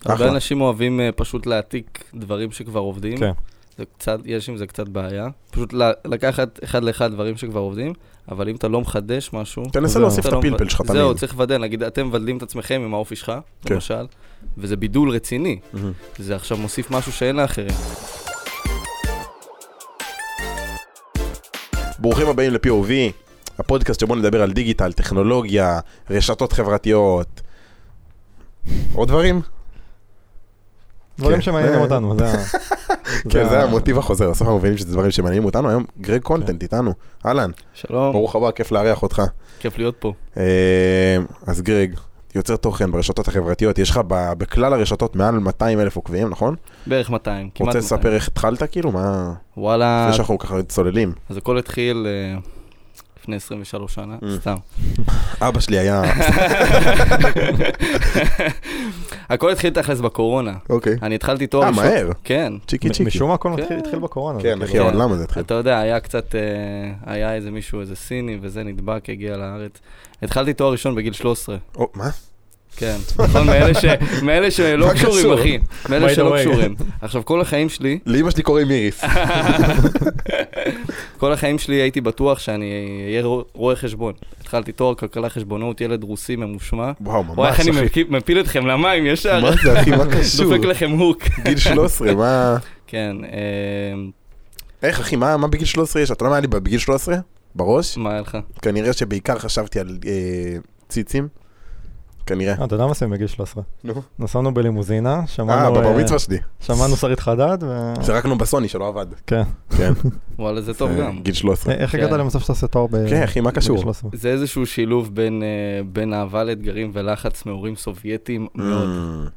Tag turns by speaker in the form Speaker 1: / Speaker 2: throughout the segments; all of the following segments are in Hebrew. Speaker 1: הרבה
Speaker 2: אחלה.
Speaker 1: אנשים אוהבים אה, פשוט להעתיק דברים שכבר עובדים.
Speaker 2: כן.
Speaker 1: זה קצת, יש עם זה קצת בעיה. פשוט ל- לקחת אחד לאחד דברים שכבר עובדים, אבל אם אתה לא מחדש משהו...
Speaker 2: תנסה
Speaker 1: אתה
Speaker 2: להוסיף את
Speaker 1: לא מב-
Speaker 2: הפלפל שלך תמיד.
Speaker 1: זהו, צריך לבדל, נגיד, אתם מבדלים את עצמכם עם האופי שלך,
Speaker 2: כן.
Speaker 1: למשל, וזה בידול רציני.
Speaker 2: מהמם.
Speaker 1: זה עכשיו מוסיף משהו שאין לאחרים.
Speaker 2: ברוכים הבאים ל-POV, הפודקאסט שבו נדבר על דיגיטל, טכנולוגיה, רשתות חברתיות. עוד דברים?
Speaker 3: דברים
Speaker 2: כן.
Speaker 3: שמעניינים
Speaker 2: זה-
Speaker 3: אותנו, זה ה...
Speaker 2: כן, זה
Speaker 3: ה-
Speaker 2: המוטיב החוזר, בסוף אנחנו מבינים שזה דברים שמעניינים אותנו. היום גרג קונטנט איתנו, אהלן,
Speaker 1: שלום,
Speaker 2: ברוך הבא, כיף לארח אותך.
Speaker 1: כיף להיות פה.
Speaker 2: אה, אז גרג, יוצר תוכן ברשתות החברתיות, יש לך ב- בכלל הרשתות מעל 200 אלף עוקבים, נכון?
Speaker 1: בערך 200, כמעט 200.
Speaker 2: רוצה לספר איך התחלת כאילו? מה...
Speaker 1: וואלה,
Speaker 2: לפני שאנחנו ככה צוללים.
Speaker 1: אז הכל התחיל אה, לפני 23 שנה,
Speaker 2: Mm.
Speaker 1: סתם.
Speaker 2: אבא שלי היה...
Speaker 1: הכל התחיל תכלס בקורונה.
Speaker 2: אוקיי.
Speaker 1: אני התחלתי תואר
Speaker 2: אה,
Speaker 1: ראשון.
Speaker 2: מהר.
Speaker 1: כן.
Speaker 2: צ'יקי צ'יקי.
Speaker 3: משום מה הכל מתחיל-
Speaker 1: כן.
Speaker 3: התחיל בקורונה. זה
Speaker 2: כן,
Speaker 3: כאילו-
Speaker 2: אחי, אבל למה זה התחיל?
Speaker 1: אתה יודע, היה קצת, אה, היה איזה מישהו, איזה סיני, וזה נדבק, הגיע לארץ. התחלתי תואר ראשון בגיל 13,
Speaker 2: או, מה?
Speaker 1: כן. נכון, מאלה ש- מאלה שלא
Speaker 2: מה
Speaker 1: קשורים,
Speaker 2: קשור?
Speaker 1: אחי.
Speaker 3: By
Speaker 1: מאלה
Speaker 3: the
Speaker 1: שלא
Speaker 3: way.
Speaker 1: קשורים. עכשיו, כל החיים שלי,
Speaker 2: לאמא שלי קוראים איריס.
Speaker 1: כל החיים שלי הייתי בטוח שאני אהיה רו- רואה חשבון. התחלתי תואר כלכלה חשבונות, ילד רוסי ממושמע.
Speaker 2: וואו, ממש,
Speaker 1: וואי, איך
Speaker 2: אחי.
Speaker 1: אני מפיל- מפיל אתכם למים ישר,
Speaker 2: מה זה, אחי, מה קשור?
Speaker 1: דופק לכם הוק.
Speaker 2: גיל 13, מה...
Speaker 1: כן, אה,
Speaker 2: איך, אחי, מה מה בגיל 13 יש? אתה לא מה היה לי בגיל 13? בראש?
Speaker 1: מה היה לך?
Speaker 2: כנראה שבעיקר חשבתי על אה, ציצים. כנראה.
Speaker 3: אה, אתה יודע מה עשינו בגיל 13?
Speaker 2: נו.
Speaker 3: נסענו בלימוזינה,
Speaker 2: אה,
Speaker 3: שמענו...
Speaker 2: בבר
Speaker 3: אה,
Speaker 2: מצווה שלי.
Speaker 3: שמענו שרית חדד, ו...
Speaker 2: זרקנו בסוני שלא עבד.
Speaker 3: כן.
Speaker 2: כן.
Speaker 1: וואלה, זה טוב
Speaker 2: אה,
Speaker 1: גם.
Speaker 2: גיל 13.
Speaker 3: אה, איך
Speaker 1: כן.
Speaker 3: הגעת למצב שאתה עושה תואר ב...
Speaker 2: כן, אחי, מה
Speaker 3: אה, בגיל
Speaker 2: קשור?
Speaker 3: 13?
Speaker 1: זה איזשהו שילוב בין, אה, בין אהבה לאתגרים ולחץ מהורים סובייטים מאוד,
Speaker 2: Mm,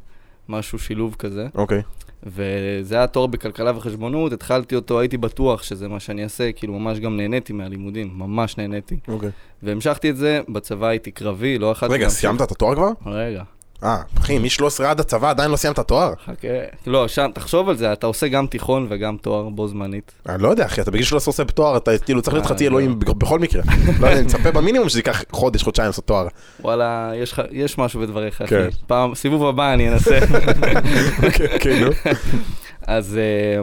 Speaker 1: משהו שילוב כזה.
Speaker 2: אוקיי.
Speaker 1: וזה היה תואר בכלכלה וחשבונות, התחלתי אותו, הייתי בטוח שזה מה שאני אעשה, כאילו ממש גם נהניתי מהלימודים, ממש נהניתי.
Speaker 2: אוקיי.
Speaker 1: והמשכתי את זה, בצבא הייתי קרבי, לא אחת...
Speaker 2: רגע, סיימת את התואר כבר?
Speaker 1: רגע,
Speaker 2: אה, אחי, מ-13 עד הצבא עדיין לא סיימת תואר?
Speaker 1: חכה. לא, שם, תחשוב על זה, אתה עושה גם תיכון וגם תואר בו זמנית.
Speaker 2: אני לא יודע, אחי, אתה בגיל 13 עושה תואר, אתה כאילו צריך להיות
Speaker 1: אה,
Speaker 2: חצי
Speaker 1: לא.
Speaker 2: אלוהים בג- בכל מקרה. לא יודע, אני מצפה במינימום שזה ייקח חודש, חודשיים לעשות תואר.
Speaker 1: וואלה, יש, לך- יש משהו בדבריך, אחי.
Speaker 2: כן.
Speaker 1: פעם, סיבוב הבא אני אנסה. אוקיי,
Speaker 2: כן, נו.
Speaker 1: אז, אה,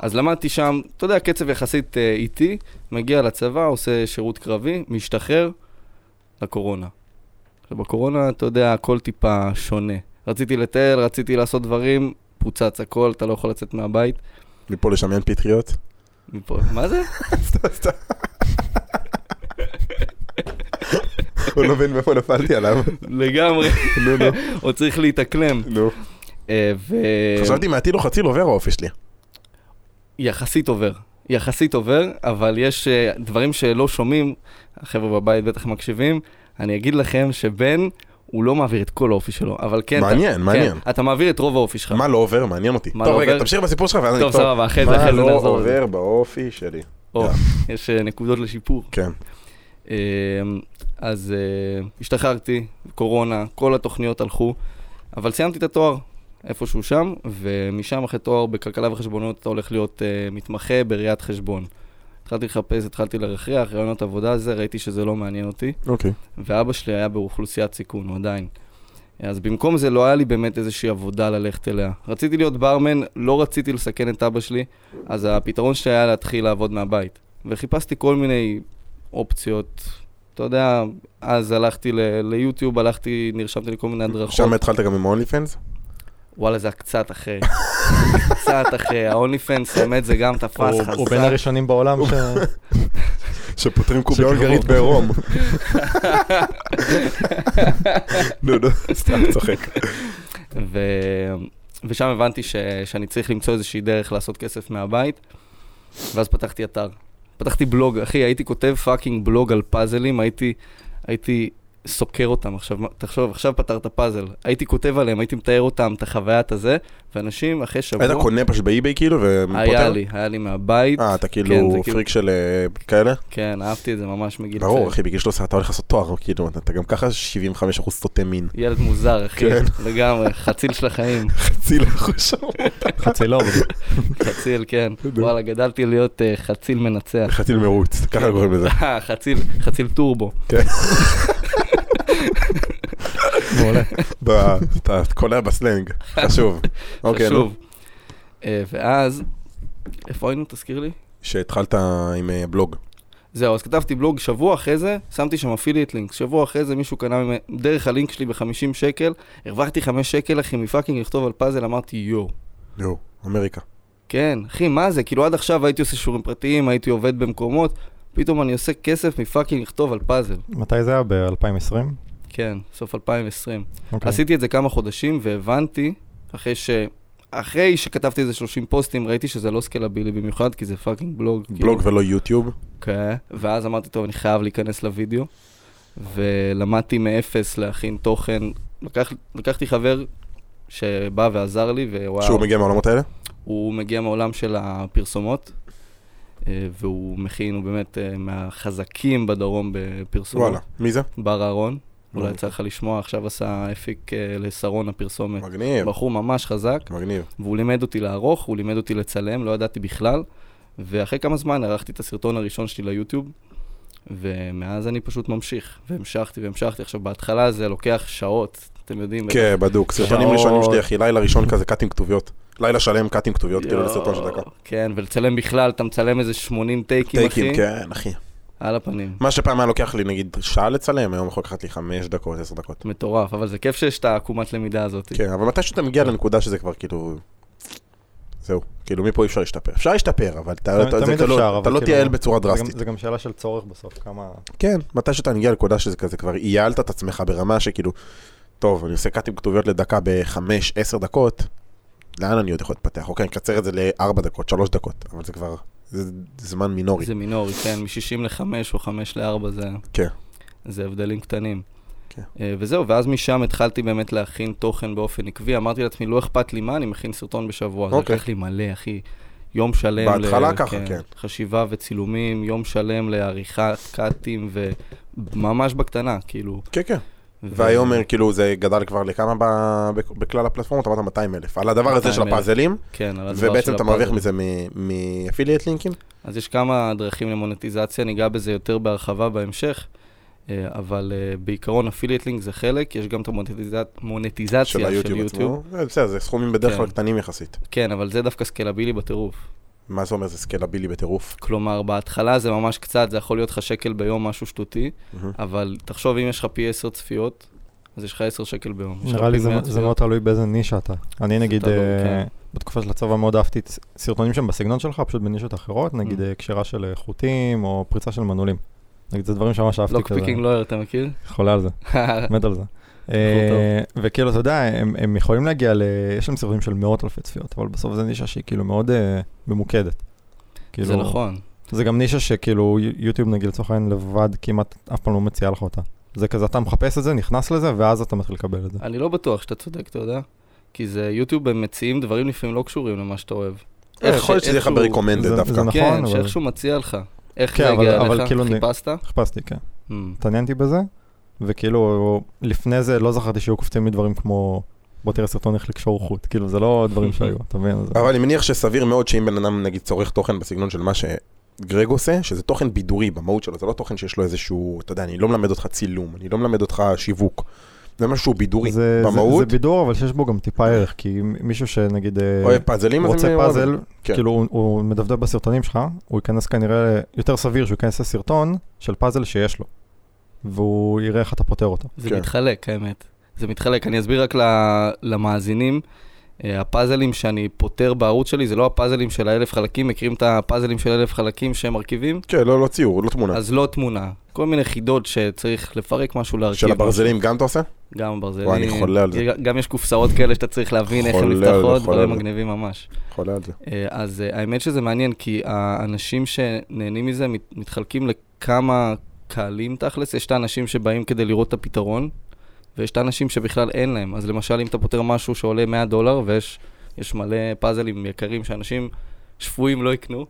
Speaker 1: אז למדתי שם, אתה יודע, קצב יחסית אה, איטי, מגיע לצבא, עושה שירות קרבי, משתחרר לקורונה. עכשיו, בקורונה, אתה יודע, הכל טיפה שונה. רציתי לטייל, רציתי לעשות דברים, פוצץ הכל, אתה לא יכול לצאת מהבית.
Speaker 2: מפה לשמיין פטריות.
Speaker 1: מפה, מה זה?
Speaker 2: הוא לא מבין מאיפה נפלתי עליו.
Speaker 1: לגמרי,
Speaker 2: נו, נו,
Speaker 1: עוד צריך להתאקלם.
Speaker 2: נו.
Speaker 1: אה, ו...
Speaker 2: חשבתי מהטיל או חציל לא עובר האופי שלי.
Speaker 1: יחסית עובר. יחסית עובר, אבל יש אה, דברים שלא שומעים, החבר'ה בבית בטח מקשיבים, אני אגיד לכם שבן, הוא לא מעביר את כל האופי שלו, אבל כן... אתה-
Speaker 2: מעניין, מעניין.
Speaker 1: כן, אתה מעביר את רוב האופי שלך.
Speaker 2: מה לא עובר? מעניין אותי.
Speaker 1: מה
Speaker 2: טוב,
Speaker 1: לא
Speaker 2: רגע,
Speaker 1: עובר?
Speaker 2: תמשיך בסיפור שלך ואז אני
Speaker 1: טוב,
Speaker 2: אכתוב.
Speaker 1: סבבה, אחרי זה, אחרי זה
Speaker 2: מה לא
Speaker 1: נחזור. לזה.
Speaker 2: עובר באופי שלי?
Speaker 1: או,
Speaker 2: יאללה.
Speaker 1: יש אה, נקודות לשיפור.
Speaker 2: כן.
Speaker 1: אה, אז אה, השתחררתי, קורונה, כל התוכניות הלכו, אבל סיימתי את התואר איפשהו שם, ומשם אחרי תואר בכלכלה וחשבונות אתה הולך להיות אה, מתמחה בראיית חשבון. התחלתי לחפש, התחלתי לרחח, רעיונות עבודה זה, ראיתי שזה לא מעניין אותי,
Speaker 2: אוקיי.
Speaker 1: ואבא שלי היה באוכלוסיית סיכון, הוא עדיין. אז במקום זה לא היה לי באמת איזושהי עבודה ללכת אליה. רציתי להיות ברמן, לא רציתי לסכן את אבא שלי, אז הפתרון שלי היה להתחיל לעבוד מהבית. וחיפשתי כל מיני אופציות. אתה יודע, אז הלכתי ל- ליוטיוב, הלכתי, נרשמתי לכל מיני הדרכות.
Speaker 2: שם התחלת גם עם אונלי פנס?
Speaker 1: וואלה, זה היה קצת אחרי. קצת אחרי. ה-only fans, האמת, זה גם תפס
Speaker 3: הוא- הוא בין
Speaker 1: חזק.
Speaker 3: הראשונים בעולם ש...
Speaker 2: שפותרים
Speaker 3: שקרוב.
Speaker 2: קוביון גרעית בעירום. נו, נו, סתם צוחק.
Speaker 1: ו... ושם הבנתי ש... שאני צריך למצוא איזושהי דרך לעשות כסף מהבית, ואז פתחתי אתר. פתחתי בלוג, אחי, הייתי כותב פאקינג בלוג על פאזלים, הייתי, הייתי סוקר אותם. עכשיו, מה- תחשוב, עכשיו פתרת פאזל. הייתי כותב עליהם, הייתי מתאר אותם, את החוויית הזה, ואנשים אחרי שבוע...
Speaker 2: היית קונה פשוט באי-ביי כאילו ופותר?
Speaker 1: היה לי, היה לי מהבית,
Speaker 2: אה, אתה
Speaker 1: כן, זה
Speaker 2: כאילו
Speaker 1: כאילו-
Speaker 2: פריק של אה, כאלה?
Speaker 1: כן, אהבתי את כאילו, זה ממש מגיל
Speaker 2: ברור,
Speaker 1: צעיר.
Speaker 2: אחי, בגיל 13 אתה הולך לעשות תואר, כאילו, אתה גם ככה 75% סוטה מין.
Speaker 1: ילד מוזר, אחי,
Speaker 2: כן.
Speaker 1: לגמרי, חציל של החיים,
Speaker 2: חצי
Speaker 1: לא
Speaker 2: לחוש.
Speaker 3: חצי לא, אבל-
Speaker 1: חציל, כן. וואלה, גדלתי להיות אה, חציל מנצח.
Speaker 2: חצי למרוץ,
Speaker 1: כן.
Speaker 2: ככה קוראים לזה.
Speaker 1: חציל, חציל טורבו.
Speaker 2: כן.
Speaker 3: מעולה.
Speaker 2: ב- אתה קולע בסלנג, חשוב. אוקיי, נו.
Speaker 1: חשוב. אה, ואז, איפה היינו? תזכיר לי.
Speaker 2: שהתחלת עם אה, בלוג.
Speaker 1: זהו, אז כתבתי בלוג שבוע אחרי זה, שמתי שם אפילייט לינק. שבוע אחרי זה מישהו קנה ממני, דרך הלינק שלי ב-50 שקל, הרווחתי 5 שקל, אחי, מפאקינג לכתוב על פאזל, אמרתי יואו.
Speaker 2: יואו, אמריקה.
Speaker 1: כן, אחי, מה זה? כאילו עד עכשיו הייתי עושה שיעורים פרטיים, הייתי עובד במקומות, פתאום אני עושה כסף מפאקינג לכתוב על פאזל.
Speaker 3: מתי זה היה? ב-2020?
Speaker 1: כן, סוף 2020.
Speaker 3: אוקיי.
Speaker 1: עשיתי את זה כמה חודשים והבנתי, אחרי ש... אחרי שכתבתי איזה 30 פוסטים, ראיתי שזה לא סקלבילי במיוחד, כי זה פאקינג בלוג. כאילו.
Speaker 2: בלוג ולא יוטיוב.
Speaker 1: כן, ואז אמרתי, טוב, אני חייב להיכנס לוידאו, ולמדתי מאפס להכין תוכן. לקח, לקחתי חבר שבא ועזר לי,
Speaker 2: שהוא
Speaker 1: ווואו, מג...
Speaker 2: מגיע מהעולמות האלה?
Speaker 1: הוא מגיע מהעולם של הפרסומות, אה, והוא מכין, הוא באמת אה, מהחזקים בדרום בפרסומות.
Speaker 2: וואלה. מי זה?
Speaker 1: בר אהרון, אולי
Speaker 2: וואלה.
Speaker 1: יצא לך לשמוע, עכשיו עשה הפיק אה, לשרון הפרסומת.
Speaker 2: מגניב.
Speaker 1: בחור ממש חזק,
Speaker 2: מגניב.
Speaker 1: והוא לימד אותי לערוך, הוא לימד אותי לצלם, לא ידעתי בכלל. ואחרי כמה זמן ערכתי את הסרטון הראשון שלי ליוטיוב, ומאז אני פשוט ממשיך, והמשכתי והמשכתי. עכשיו, בהתחלה זה לוקח שעות, אתם יודעים. אה,
Speaker 2: כן, בדוק. סרטונים
Speaker 1: שעות.
Speaker 2: ראשונים שלי, אחי, לילה ראשון כזה קאטים כתוביות. לילה שלם קאטים כתוביות, כאילו
Speaker 1: יואו,
Speaker 2: לסרטון של דקה.
Speaker 1: כן, ולצלם בכלל, אתה מצלם איזה 80 טייקים, אחי,
Speaker 2: טייקים, כן, אחי.
Speaker 1: על הפנים.
Speaker 2: מה שפעם היה לוקח לי, נגיד, שעה לצלם, היום יכול לקחת לי חמש דקות, עשר דקות.
Speaker 1: מטורף, אבל זה כיף שיש את העקומת למידה הזאת.
Speaker 2: כן, אבל מתי שאתה מגיע לנקודה שזה כבר כאילו... זהו, כאילו מפה אי אפשר להשתפר. אפשר להשתפר, אבל אתה
Speaker 3: תמיד
Speaker 2: אתה- זה
Speaker 3: אפשר,
Speaker 2: כאילו-
Speaker 3: אבל
Speaker 2: אתה לא
Speaker 3: כאילו-
Speaker 2: תייעל בצורה
Speaker 3: זה גם-
Speaker 2: דרסטית.
Speaker 3: זה גם שאלה של צורך בסוף, כמה...
Speaker 2: כן, מתי שאתה מגיע לנקודה שזה כזה, כבר איילת את עצמך ברמה שכאילו, טוב, אני עושה קאטים כתוביות לדקה בחמש, עשר דקות, לאן אני עוד יכול להתפתח? אוקיי, אני אקצר את זה לארבע דקות, שלוש דקות, אבל זה כבר, זה זמן מינורי.
Speaker 1: זה מינורי, כן, מ-60 ל-5 או 5 ל-4 זה...
Speaker 2: כן.
Speaker 1: זה הבדלים קטנים.
Speaker 2: כן.
Speaker 1: אה, וזהו, ואז משם התחלתי באמת להכין תוכן באופן עקבי. אמרתי לעצמי, לא אכפת לי מה, אני מכין סרטון בשבוע. זה
Speaker 2: אוקיי.
Speaker 1: לקח לי מלא, אחי. יום שלם.
Speaker 2: בהתחלה ככה, כן.
Speaker 1: חשיבה וצילומים, יום שלם לעריכת קאטים, וממש בקטנה, כאילו.
Speaker 2: כן, כן.
Speaker 1: ו-
Speaker 2: והיום, כאילו, זה גדל כבר לכמה ב- ב- בכלל הפלטפורמות? אמרת 200 אלף. על הדבר הזה של
Speaker 1: 200,000.
Speaker 2: הפאזלים,
Speaker 1: כן, על הדבר
Speaker 2: ובעצם
Speaker 1: של
Speaker 2: אתה מרוויח
Speaker 1: הפאזל.
Speaker 2: מזה מ- מאפיליאט לינקים?
Speaker 1: אז יש כמה דרכים למונטיזציה, ניגע בזה יותר בהרחבה בהמשך, אה, אבל אה, בעיקרון אפילייט לינק זה חלק, יש גם את המונטיזציה
Speaker 2: של כן. היוטיוב עצמו? זה בסדר, זה סכומים בדרך כלל קטנים יחסית.
Speaker 1: כן, אבל זה דווקא סקלבילי בטירוף.
Speaker 2: מה זה אומר? זה סקלבילי בטירוף.
Speaker 1: כלומר, בהתחלה זה ממש קצת, זה יכול להיות לך שקל ביום, משהו שטותי,
Speaker 2: מהמם.
Speaker 1: אבל תחשוב, אם יש לך פי 10 צפיות, אז יש לך 10 שקל ביום. יש לך
Speaker 3: נראה לי
Speaker 1: פי
Speaker 3: זה
Speaker 1: 100
Speaker 3: זה
Speaker 1: צפיות.
Speaker 3: מאוד תלוי באיזה נישה אתה. אני נגיד,
Speaker 1: תלוי,
Speaker 3: אה,
Speaker 1: כן.
Speaker 3: בתקופה של הצבא מאוד אהבתי את ס- סרטונים שהם בסגנון שלך, פשוט בנישות אחרות, נגיד
Speaker 1: Mm.
Speaker 3: אה, קשירה של אה, חוטים או פריצה של מנעולים. נגיד, זה דברים שממש אהבתי
Speaker 1: לוק
Speaker 3: כזה.
Speaker 1: פיקינג לואר, לא אתה מכיר?
Speaker 3: חולה על זה, מת על זה. אה, וכאילו, אתה יודע, הם- הם יכולים להגיע ל... יש להם סרטונים של מאות אלפי צפיות, אבל בסוף זו נישה שהיא כאילו מאוד אה, ממוקדת.
Speaker 1: זה
Speaker 3: כאילו,
Speaker 1: נכון.
Speaker 3: זה גם נישה שכאילו יו- יוטיוב נגיד לצורך העניין לבד כמעט אף פעם לא מציע לך אותה. זה כזה אתה מחפש את זה, נכנס לזה, ואז אתה מתחיל לקבל את זה.
Speaker 1: אני לא בטוח שאתה צודק, אתה יודע? כי זה יוטיוב, הם מציעים דברים לפעמים לא קשורים למה שאתה אוהב. איך ש-
Speaker 2: אה, יכול להיות שזה יהיה לך
Speaker 1: איכשהו-
Speaker 2: בריקומנדד
Speaker 3: זה-
Speaker 2: דווקא.
Speaker 3: זה נכון,
Speaker 1: כן,
Speaker 3: אבל-
Speaker 1: שאיכשהו מציע לך. איך
Speaker 3: כן,
Speaker 1: זה
Speaker 3: אבל-
Speaker 1: הגיע
Speaker 3: אבל
Speaker 1: אליך?
Speaker 3: כאילו נ-
Speaker 1: חיפשת?
Speaker 3: חיפשתי, כן.
Speaker 1: Mm.
Speaker 3: התעניינתי בזה, וכאילו לפני זה לא זכרתי שהיו קופצים לי דברים כמו בוא תראה סרטון איך לקשור חוט, כאילו זה לא דברים שהיו, אתה מבין? אז-
Speaker 2: אבל אני מניח שסביר מאוד שאם בן אדם נגיד צורך תוכן בסגנון של מה שגרג עושה, שזה תוכן בידורי במהות שלו, זה לא תוכן שיש לו איזשהו, אתה יודע, אני לא מלמד אותך צילום, אני לא מלמד אותך שיווק. זה משהו שהוא בידורי.
Speaker 3: זה- זה- זה
Speaker 2: במהות,
Speaker 3: בידור, אבל שיש בו גם טיפה ערך, כי מ- מישהו שנגיד אה,
Speaker 2: אוהב פאזלים, אז
Speaker 3: רוצה
Speaker 2: אני-
Speaker 3: פאזל,
Speaker 2: כן.
Speaker 3: כאילו הוא- הוא מדפדף בסרטונים שלך, הוא ייכנס כנראה, יותר סביר שהוא ייכנס לסרטון של פאזל שיש לו, והוא יראה איך אתה פותר אותו.
Speaker 1: זה
Speaker 2: כן.
Speaker 1: מתחלק, האמת. זה מתחלק. אני אסביר רק ל- למאזינים. אה, הפאזלים שאני פותר בערוץ שלי זה לא הפאזלים של האלף חלקים, מכירים את הפאזלים של אלף חלקים שהם מרכיבים?
Speaker 2: כן, לא לא ציור, לא תמונה.
Speaker 1: אז לא תמונה. כל מיני חידות שצריך לפרק משהו, להרכיב.
Speaker 2: של הברזלים
Speaker 1: משהו.
Speaker 2: גם אתה עושה?
Speaker 1: גם הברזלים.
Speaker 2: וואי, אני חולה על זה.
Speaker 1: גם יש קופסאות כאלה שאתה צריך להבין איך הן
Speaker 2: חולה על זה,
Speaker 1: נפתחות,
Speaker 2: חולה על
Speaker 1: דברים
Speaker 2: זה.
Speaker 1: מגניבים ממש.
Speaker 2: חולה על זה.
Speaker 1: אה, אז אה, האמת שזה מעניין, כי האנשים שנהנים מזה מת- מתחלקים לכמה קהלים תכלס. יש את האנשים שבאים כדי לראות את הפתרון, ויש את האנשים שבכלל אין להם. אז למשל, אם אתה פותר משהו שעולה 100 דולר, ויש יש מלא פאזלים יקרים שאנשים שפויים לא יקנו,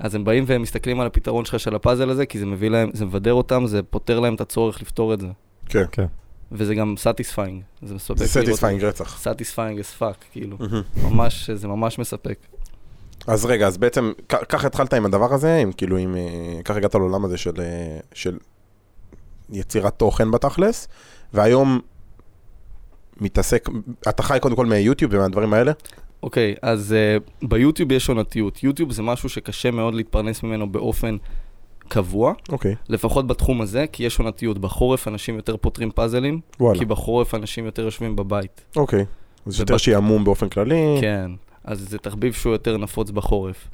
Speaker 1: אז הם באים והם מסתכלים על הפתרון שלך של הפאזל הזה, כי זה מביא להם, זה מבדר אותם, זה פותר להם את הצורך לפתור את זה.
Speaker 2: כן.
Speaker 3: כן.
Speaker 1: וזה גם סטיספיינג, זה מספק.
Speaker 2: זה סטיספיינג רצח.
Speaker 1: סטיספיינג as fuck, כאילו.
Speaker 2: מהמם.
Speaker 1: ממש, זה ממש מספק.
Speaker 2: אז רגע, אז בעצם, כ- ככה התחלת עם הדבר הזה, עם כאילו, עם... אה, ככה הגעת לעולם הזה של, אה, של יצירת תוכן בתכלס, והיום מתעסק, אתה חי קודם כל מהיוטיוב ומהדברים האלה?
Speaker 1: אוקיי, אז uh, ביוטיוב יש עונתיות. יוטיוב זה משהו שקשה מאוד להתפרנס ממנו באופן קבוע,
Speaker 2: אוקיי.
Speaker 1: לפחות בתחום הזה, כי יש עונתיות. בחורף אנשים יותר פותרים פאזלים,
Speaker 2: וואלה.
Speaker 1: כי בחורף אנשים יותר יושבים בבית.
Speaker 2: אוקיי. אז יש יותר
Speaker 1: ובת-
Speaker 2: שעמום באופן כללי.
Speaker 1: כן, אז זה תחביב שהוא יותר נפוץ בחורף.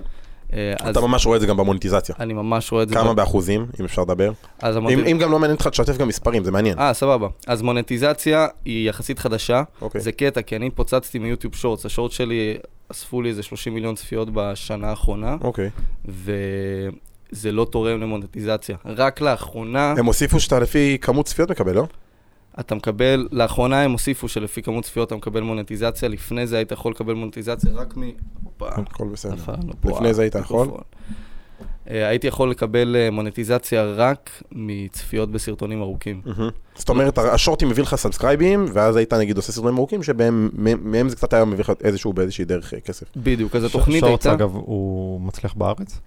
Speaker 1: אה, אז
Speaker 2: אתה ממש רואה את זה גם במוניטיזציה.
Speaker 1: אני ממש רואה את זה.
Speaker 2: כמה באחוזים, אם אפשר לדבר?
Speaker 1: אז
Speaker 2: אם
Speaker 1: אמרתי...
Speaker 2: אם גם לא מעניין אותך, תשתף גם מספרים, זה מעניין.
Speaker 1: אה, סבבה. אז מונטיזציה היא יחסית חדשה.
Speaker 2: אוקיי.
Speaker 1: זה קטע, כי אני התפוצצתי מיוטיוב שורטס. השורט שלי, אספו לי איזה 30 מיליון צפיות בשנה האחרונה,
Speaker 2: אוקיי.
Speaker 1: וזה לא תורם למונטיזציה. רק לאחרונה,
Speaker 2: הם הוסיפו שאתה לפי כמות צפיות מקבל, לא?
Speaker 1: אתה מקבל, לאחרונה הם הוסיפו שלפי כמות צפיות אתה מקבל מונטיזציה. לפני זה היית יכול לקבל מונטיזציה רק מ... הופה.
Speaker 2: הכל בסדר.
Speaker 1: נפלנו פה.
Speaker 2: לפני זה היית יכול?
Speaker 1: המיקרופון. אה, הייתי יכול לקבל אה, מונטיזציה רק מצפיות בסרטונים ארוכים.
Speaker 2: מהמם. זאת אומרת, השורטים מביא לך סאבסקרייבים, ואז היית נגיד עושה סרטונים ארוכים, שבהם מהם- מהם זה קצת היה מביא לך איזשהו באיזושהי דרך אה, כסף.
Speaker 1: בדיוק, אז התוכנית
Speaker 3: שורטס,
Speaker 1: הייתה...
Speaker 3: אגב, הוא מצליח בארץ?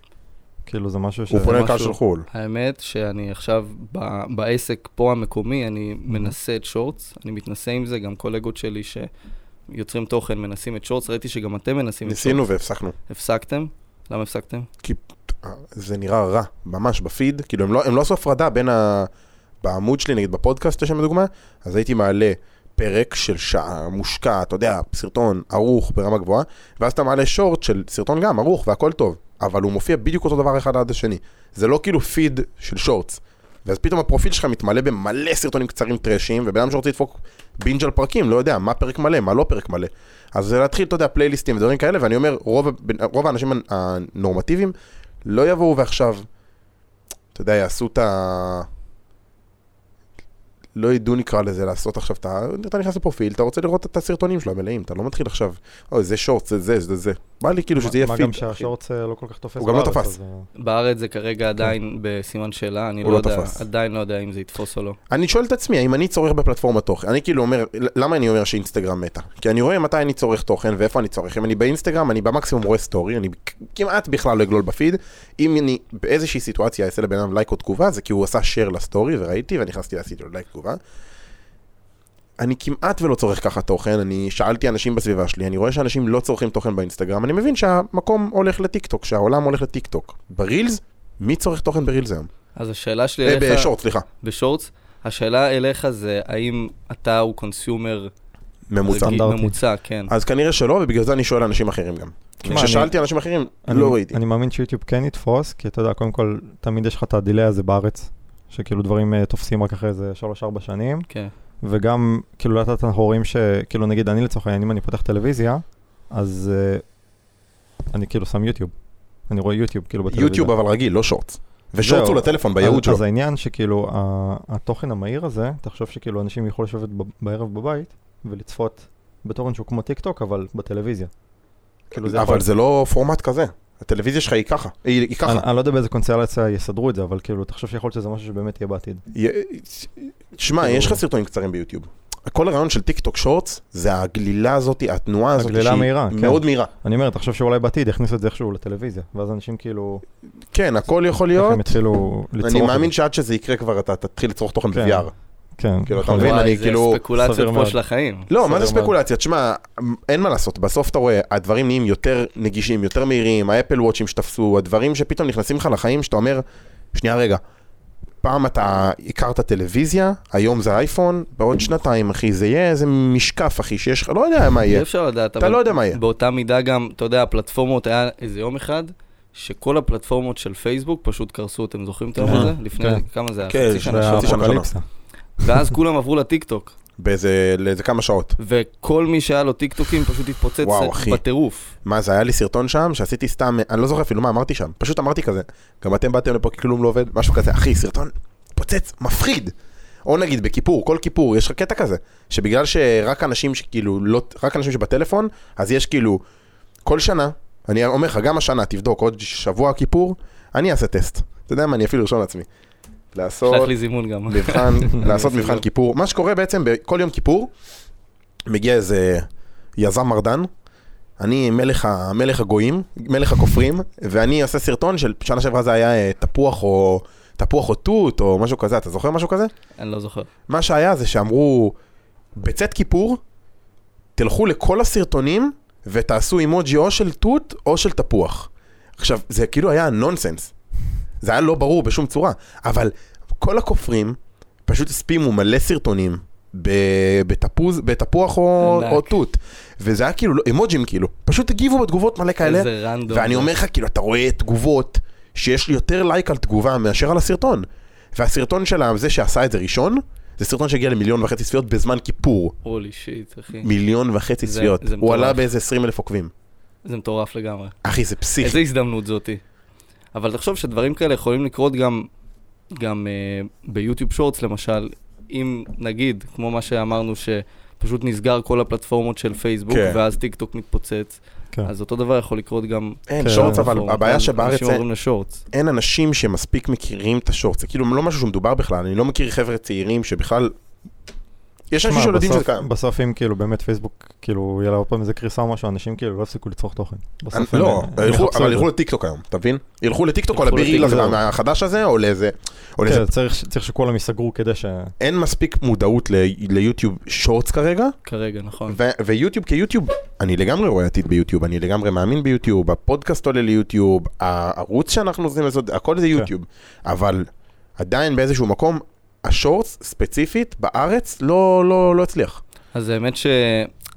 Speaker 3: כאילו זה משהו ש...
Speaker 2: הוא פונה לקהל
Speaker 1: משהו-
Speaker 2: של חו"ל.
Speaker 1: האמת שאני עכשיו ב- בעסק פה המקומי, אני מנסה את שורטס, אני מתנסה עם זה, גם קולגות שלי שיוצרים תוכן מנסים את שורטס, ראיתי שגם אתם מנסים את שורטס.
Speaker 2: ניסינו והפסקנו.
Speaker 1: הפסקתם? למה הפסקתם?
Speaker 2: אה, זה נראה רע, ממש בפיד. כאילו, הם לא- הם לא עשו הפרדה בין ה... בעמוד שלי, נגיד בפודקאסט, לשם הדוגמה, אז הייתי מעלה פרק של שעה מושקע, אתה יודע, סרטון ערוך ברמה גבוהה, ואז אתה מעלה שורט של סרטון גם, ערוך והכל טוב, אבל הוא מופיע בדיוק אותו דבר אחד עד השני. זה לא כאילו פיד של שורטס. ואז פתאום הפרופיל שלך מתמלא במלא סרטונים קצרים טרשים, ובן אדם שרוצה לדפוק בינג' על פרקים, לא יודע, מה פרק מלא, מה לא פרק מלא. אז זה להתחיל, אתה יודע, פלייליסטים ודברים כאלה, ואני אומר, רוב, הבנ- רוב האנשים הנורמטיביים לא יבואו ועכשיו, אתה יודע, יעשו את ה... לא ידעו נקרא לזה לעשות עכשיו את ה... אתה נכנס לפרופיל, אתה רוצה לראות את הסרטונים שלו המלאים, אתה לא מתחיל עכשיו, אוי, זה שורט, זה זה, זה זה. בא לי כאילו שזה יהיה
Speaker 3: מה
Speaker 2: פיד.
Speaker 3: גם שהשורטס אה, לא כל כך תופס
Speaker 2: הוא גם לא
Speaker 3: בארץ,
Speaker 2: תפס.
Speaker 3: אז, אה,
Speaker 1: בארץ זה כרגע עדיין בסימן שאלה, אני
Speaker 2: כן. הוא
Speaker 1: לא
Speaker 2: לא
Speaker 1: יודע,
Speaker 2: תפס.
Speaker 1: עדיין לא יודע אם זה יתפוס או לא.
Speaker 2: אני שואל את עצמי, האם אני צורך בפלטפורמת תוכן? אני כאילו אומר, למה אני אומר שאינסטגרם מתה? כי אני רואה מתי אני צורך תוכן ואיפה אני צורך. אם אני באינסטגרם, אני במקסימום רואה סטורי, אני כ- כמעט בכלל לא אגלול בפיד. אם אני באיזושהי סיטואציה אעשה לבן אדם לייק או תגובה, זה כי הוא עשה שייר לסטורי וראיתי ונכנסתי לעשיתי לו לייק תגובה. אני כמעט ולא צורך ככה תוכן, אני שאלתי אנשים בסביבה שלי, אני רואה שאנשים לא צורכים תוכן באינסטגרם, אני מבין שהמקום הולך לטיקטוק, שהעולם הולך לטיקטוק. ברילס? מי צורך תוכן ברילס היום?
Speaker 1: אז השאלה שלי
Speaker 2: אה,
Speaker 1: אליך,
Speaker 2: בשורט, סליחה,
Speaker 1: בשורטס, השאלה אליך זה האם אתה הוא קונסיומר
Speaker 2: ממוצע. אה,
Speaker 1: רגיל-
Speaker 3: סטנדרטי.
Speaker 1: ממוצע, כן.
Speaker 2: אז כנראה שלא, ובגלל זה אני שואל אנשים אחרים גם.
Speaker 3: תשמע,
Speaker 2: כששאלתי אנשים אחרים,
Speaker 3: כן. אני-
Speaker 2: לא ראיתי.
Speaker 3: אני מאמין שיוטיוב כן יתפוס, כי אתה יודע, קודם כל, תמיד יש לך את הדיליי הזה בארץ, שכאילו דברים אה, תופסים רק אחרי איזה 3-4 שנים,
Speaker 1: כן.
Speaker 3: וגם, כאילו, לאט לאט אנחנו רואים שכאילו, נגיד, אני לצורך העניין, אם אני פותח טלוויזיה, אז אה, אני כאילו שם יוטיוב. אני רואה יוטיוב, כאילו, בטלוויזיה.
Speaker 2: יוטיוב אבל רגיל, לא שורטס. ושורטס
Speaker 3: זהו.
Speaker 2: הוא לטלפון
Speaker 3: אז-
Speaker 2: בייעוד שלו.
Speaker 3: אז העניין שכאילו, ה- התוכן המהיר הזה, תחשוב שכאילו אנשים יוכלו לשבת ב- בערב בבית ולצפות בתוכן שהוא כמו טיק טוק, אבל בטלוויזיה. כאילו זה יכול-
Speaker 2: אבל זה לא פורמט כזה. הטלוויזיה שלך היא ככה. היא היא ככה.
Speaker 3: אני, אני לא יודע באיזה קונסטלציה יסדרו את זה, אבל כאילו, תחשוב שיכול להיות שזה משהו שבאמת יהיה בעתיד.
Speaker 2: י- שמע,
Speaker 3: כאילו-
Speaker 2: יש לך סרטונים קצרים ביוטיוב. כל הרעיון של טיק טוק שורטס זה הגלילה הזאת, התנועה הזאת,
Speaker 3: הגלילה המהירה, כן.
Speaker 2: מאוד מהירה.
Speaker 3: אני אומר, תחשוב שאולי בעתיד יכניסו את זה איכשהו לטלוויזיה, ואז אנשים כאילו,
Speaker 2: כן, הכל יכול
Speaker 3: ככה הם
Speaker 2: להיות.
Speaker 3: יתחילו לצרוך.
Speaker 2: אני
Speaker 3: את
Speaker 2: מאמין
Speaker 3: זה.
Speaker 2: שעד שזה יקרה כבר אתה תתחיל לצרוך תוכן
Speaker 3: כן.
Speaker 2: ב-VR.
Speaker 3: כן,
Speaker 2: כאילו, אתה
Speaker 3: יכול
Speaker 2: מבין?
Speaker 3: להיות.
Speaker 1: וואי,
Speaker 2: אני כאילו-
Speaker 1: זה ספקולציות
Speaker 3: סביר
Speaker 1: פה
Speaker 3: מאוד.
Speaker 1: של החיים.
Speaker 2: לא, מה זה
Speaker 3: בסדר מאוד.
Speaker 2: ספקולציה? תשמע, אין מה לעשות, בסוף אתה רואה, הדברים נהיים יותר נגישים, יותר מהירים, האפל וואצ'ים שתפסו, הדברים שפתאום נכנסים לך לחיים, שאתה אומר, שנייה רגע, פעם אתה הכרת טלוויזיה, היום זה אייפון, בעוד שנתיים, אחי, זה יהיה איזה משקף, אחי, שיש לך, לא יודע מה
Speaker 1: אי
Speaker 2: יהיה.
Speaker 1: אפשר לדעת,
Speaker 2: אתה
Speaker 1: אבל
Speaker 2: לא יודע מה יהיה.
Speaker 1: באותה מידה גם, אתה יודע, הפלטפורמות, היה איזה יום אחד, שכל הפלטפורמות של פייסבוק פשוט קרסו, אתם זוכרים את היום
Speaker 3: כן.
Speaker 1: הזה? לפני
Speaker 3: כן.
Speaker 1: כמה זה היה?
Speaker 2: כן,
Speaker 1: חצי
Speaker 2: זה
Speaker 1: שנה
Speaker 2: היה-
Speaker 1: שעברה.
Speaker 2: חצי שנה.
Speaker 3: האפוקליפסה.
Speaker 1: ואז כולם עברו לטיקטוק,
Speaker 2: באיזה לאיזה כמה שעות.
Speaker 1: וכל מי שהיה לו טיקטוקים פשוט התפוצץ
Speaker 2: וואו, אחי.
Speaker 1: בטירוף.
Speaker 2: מה זה היה לי סרטון שם שעשיתי סתם אני לא זוכר אפילו מה אמרתי שם פשוט אמרתי כזה גם אתם באתם לפה כי כלום לא עובד משהו כזה אחי סרטון פוצץ מפחיד. או נגיד בכיפור כל כיפור יש לך קטע כזה שבגלל שרק אנשים שכאילו לא רק אנשים שבטלפון אז יש כאילו כל שנה אני אומר לך גם השנה תבדוק עוד שבוע כיפור אני אעשה טסט אתה יודע מה אני אפילו ארשום לעצמי.
Speaker 1: שלח
Speaker 2: לעשות
Speaker 1: לי זימון גם.
Speaker 2: מבחן, לעשות מבחן כיפור. מה שקורה בעצם, בכל יום כיפור, מגיע איזה יזם מרדן, אני מלך, ה, מלך הגויים, מלך הכופרים, ואני עושה סרטון של שנה שעברה זה היה אה, תפוח או תפוח או תות או משהו כזה, אתה זוכר משהו כזה?
Speaker 1: אני לא זוכר.
Speaker 2: מה שהיה זה שאמרו, בצאת כיפור, תלכו לכל הסרטונים ותעשו אימוג'י או של תות או של תפוח. עכשיו, זה כאילו היה נונסנס. זה היה לא ברור בשום צורה, אבל כל הכופרים פשוט הספימו מלא סרטונים ב- בתפוז, בתפוח או,
Speaker 1: ענק.
Speaker 2: או תות. וזה היה כאילו, לא- אימוג'ים כאילו, פשוט הגיבו בתגובות מלא כאלה.
Speaker 1: איזה רנדום.
Speaker 2: ואני
Speaker 1: זה.
Speaker 2: אומר לך, כאילו, אתה רואה תגובות שיש לי יותר לייק על תגובה מאשר על הסרטון. והסרטון של זה שעשה את זה ראשון, זה סרטון שהגיע למיליון וחצי צפיות בזמן כיפור.
Speaker 1: הולי שיט, אחי.
Speaker 2: מיליון וחצי
Speaker 1: זה-
Speaker 2: צפיות.
Speaker 1: זה
Speaker 2: הוא
Speaker 1: מטורף.
Speaker 2: עלה באיזה 20 אלף עוקבים.
Speaker 1: זה מטורף לגמרי.
Speaker 2: אחי, זה פסיכי.
Speaker 1: איזה הזדמנות זאתי. אבל תחשוב שדברים כאלה יכולים לקרות גם, גם אה, ביוטיוב שורטס למשל, אם נגיד, כמו מה שאמרנו, שפשוט נסגר כל הפלטפורמות של פייסבוק,
Speaker 2: כן.
Speaker 1: כן. ואז טיק טוק מתפוצץ,
Speaker 3: כן.
Speaker 1: כן. אז אותו דבר יכול לקרות גם...
Speaker 2: אין,
Speaker 3: כן.
Speaker 2: שורטס, אבל
Speaker 1: בפלטפורמה.
Speaker 2: הבעיה שבארץ
Speaker 1: אנשים
Speaker 2: אין-
Speaker 1: עוברים לשורטס.
Speaker 2: אין אנשים שמספיק מכירים את השורטס. זה כאילו לא משהו שמדובר בכלל, אני לא מכיר חבר'ה צעירים שבכלל... יש אנשים
Speaker 3: תשמע,
Speaker 2: שיודעים שזה
Speaker 3: בסוף-
Speaker 2: קיים.
Speaker 3: בסוף אם כאילו באמת פייסבוק, כאילו יהיה לה עוד פעם איזה קריסה או משהו, אנשים כאילו לא יפסיקו לצרוך תוכן. בסוף הם,
Speaker 2: לא,
Speaker 3: אה,
Speaker 2: ילכו-
Speaker 3: יחפשו את
Speaker 2: אבל
Speaker 3: זה.
Speaker 2: ילכו לטיקטוק היום, אתה מבין? ילכו לטיקטוק או
Speaker 1: ילכו
Speaker 2: לביריל הזה,
Speaker 3: לטיקטוק.
Speaker 2: החדש הזה, או לאיזה... או לאיזה
Speaker 3: כן, צריך ש- צריך שכולם ייסגרו כדי ש...
Speaker 2: אין מספיק מודעות ל- ליוטיוב שורטס כרגע,
Speaker 1: כרגע, נכון.
Speaker 2: ו- ויוטיוב כיוטיוב, אני לגמרי רואה עתיד ביוטיוב, אני לגמרי מאמין ביוטיוב, הפודקאסט עולה ליוטיוב, הערוץ שאנחנו עושים לעשות, הכל
Speaker 1: כן.
Speaker 2: זה יוטיוב, אבל עדיין באיזשהו מקום, השורטס ספציפית בארץ לא, לא, לא הצליח.
Speaker 1: אז האמת ש...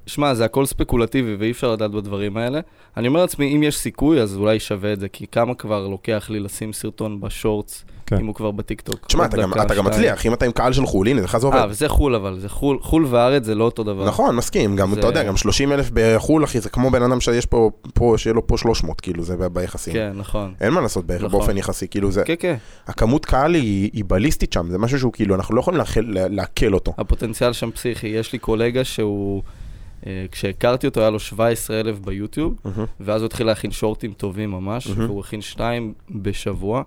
Speaker 1: שמע, זה הכל ספקולטיבי ואי אפשר לדעת בדברים האלה. אני אומר לעצמי, אם יש סיכוי, אז אולי שווה את זה, כי כמה כבר לוקח לי לשים סרטון בשורטס,
Speaker 3: כן.
Speaker 1: אם הוא כבר בטיקטוק?
Speaker 2: תשמע,
Speaker 1: עוד
Speaker 2: אתה, גם-
Speaker 1: דקה,
Speaker 2: אתה גם
Speaker 1: שתיים.
Speaker 2: מצליח, אם אתה עם קהל של חולין, אז לך זה
Speaker 1: אה,
Speaker 2: עובד.
Speaker 1: וזה חו"ל אבל, זה חו"ל, חו"ל וארץ זה לא אותו דבר.
Speaker 2: נכון, מסכים, גם,
Speaker 1: זה-
Speaker 2: אתה יודע, גם 30 אלף בחו"ל, אחי, זה כמו בן אדם שיש פה, פה, שיהיה לו פה 300, כאילו, זה ב- ביחסים.
Speaker 1: כן, נכון.
Speaker 2: אין מה לעשות בערך,
Speaker 1: נכון.
Speaker 2: באופן יחסי, כאילו זה,
Speaker 1: כן, כן,
Speaker 2: הכמות קהל היא, היא בליסטית שם, זה משהו שהוא כאילו, אנחנו לא יכולים להקל, להקל אותו.
Speaker 1: הפוטנציאל שם פסיכי. יש לי קולגה שהוא, אה, כשהכרתי אותו היה לו 17 אלף ביוטיוב, ואז הוא התחיל להכין שורטים טובים ממש,
Speaker 2: מהמם.
Speaker 1: והוא הכין שניים בשבוע,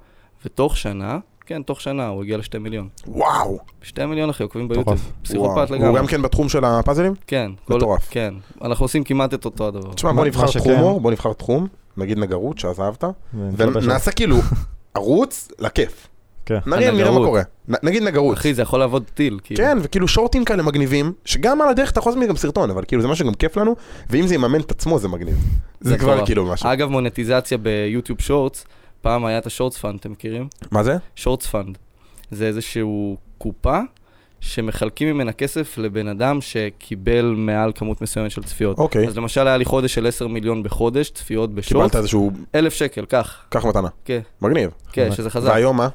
Speaker 1: ותוך שנה, כן, תוך שנה הוא הגיע לשתי מיליון.
Speaker 2: וואו,
Speaker 1: שתי מיליון אחי עוקבים
Speaker 3: מטורף.
Speaker 1: ביוטיוב. פסיכופת
Speaker 2: וואו. הוא
Speaker 1: לגמרי.
Speaker 2: גם כן בתחום של הפאזלים?
Speaker 1: כן,
Speaker 2: מטורף.
Speaker 1: כן. אנחנו עושים כמעט את אותו הדבר.
Speaker 2: תשמע,
Speaker 3: מה-
Speaker 2: בוא נבחר
Speaker 3: מה שכן-
Speaker 2: תחום, אור, בוא נבחר תחום, נגיד נגרות שעזבת,
Speaker 3: ונתלבש על-
Speaker 2: ונעשה כאילו ערוץ לכיף.
Speaker 3: כן.
Speaker 2: נראה נראה מה
Speaker 1: הנגרות.
Speaker 2: קורה, נ- נגיד נגרות.
Speaker 1: אחי, זה יכול לעבוד טיל, כאילו.
Speaker 2: כן, וכאילו שורטים כאלה מגניבים, שגם על הדרך אתה יכול לעשות מזה גם סרטון, אבל כאילו זה משהו שגם כיף לנו, ואם זה יממן את עצמו זה מגניב. זה כבר
Speaker 1: מטורף.
Speaker 2: כאילו משהו.
Speaker 1: אגב, מונטיזציה ביוטיוב שורטס, פעם היה את השורטס פאנד, אתם מכירים?
Speaker 2: מה זה?
Speaker 1: שורטס פאנד. זה איזשהו קופה שמחלקים ממנה כסף לבן אדם שקיבל מעל כמות מסוימת של צפיות.
Speaker 2: אוקיי,
Speaker 1: אז למשל היה לי חודש של 10 מיליון בחודש, צפיות בשורטס,
Speaker 2: קיבלת איזשהו,
Speaker 1: אלף שקל, קח,
Speaker 2: קח מתנה,
Speaker 1: כן,
Speaker 2: מגניב.
Speaker 1: כן,
Speaker 3: חזק.
Speaker 1: שזה חזק.
Speaker 2: והיום מה?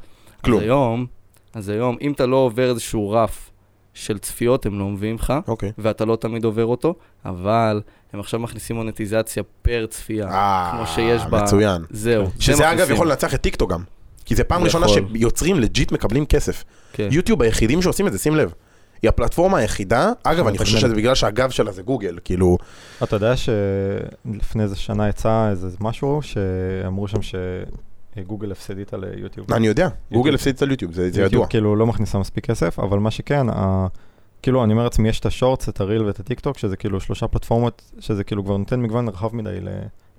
Speaker 2: כלום.
Speaker 1: אז היום, אז היום, אם אתה לא עובר איזשהו רף של צפיות, הם לא מביאים לך,
Speaker 2: אוקיי.
Speaker 1: ואתה לא תמיד עובר אותו, אבל הם עכשיו מכניסים מונטיזציה פר צפייה.
Speaker 2: אה,
Speaker 1: כמו שיש ב-
Speaker 2: מצוין.
Speaker 1: זהו,
Speaker 3: כן.
Speaker 1: זה
Speaker 2: שזה אגב
Speaker 1: מכניסים.
Speaker 2: יכול לנצח את טיקטוק גם. כי זה פעם
Speaker 1: זה
Speaker 2: ראשונה
Speaker 1: יכול.
Speaker 2: שיוצרים לג'יט מקבלים כסף.
Speaker 1: כן.
Speaker 2: יוטיוב היחידים שעושים את זה, שים לב. היא הפלטפורמה היחידה, אגב, אני חושב
Speaker 3: מתכננת.
Speaker 2: שזה בגלל שהגב שלה זה גוגל, כאילו,
Speaker 3: אתה יודע שלפני איזה שנה יצא איזה משהו שאמרו שם שגוגל הפסדית על יוטיוב.
Speaker 2: אני יודע, גוגל
Speaker 3: יוטיוב.
Speaker 2: הפסיד על יוטיוב, זה זה
Speaker 3: יוטיוב
Speaker 2: ידוע.
Speaker 3: כאילו לא מכניסה מספיק כסף, אבל מה שכן, ה... כאילו אני אומר לעצמי, יש את השורטס, את הריל ואת הטיקטוק, שזה כאילו שלושה פלטפורמות, שזה כאילו כבר נותן מגוון רחב מדי ל...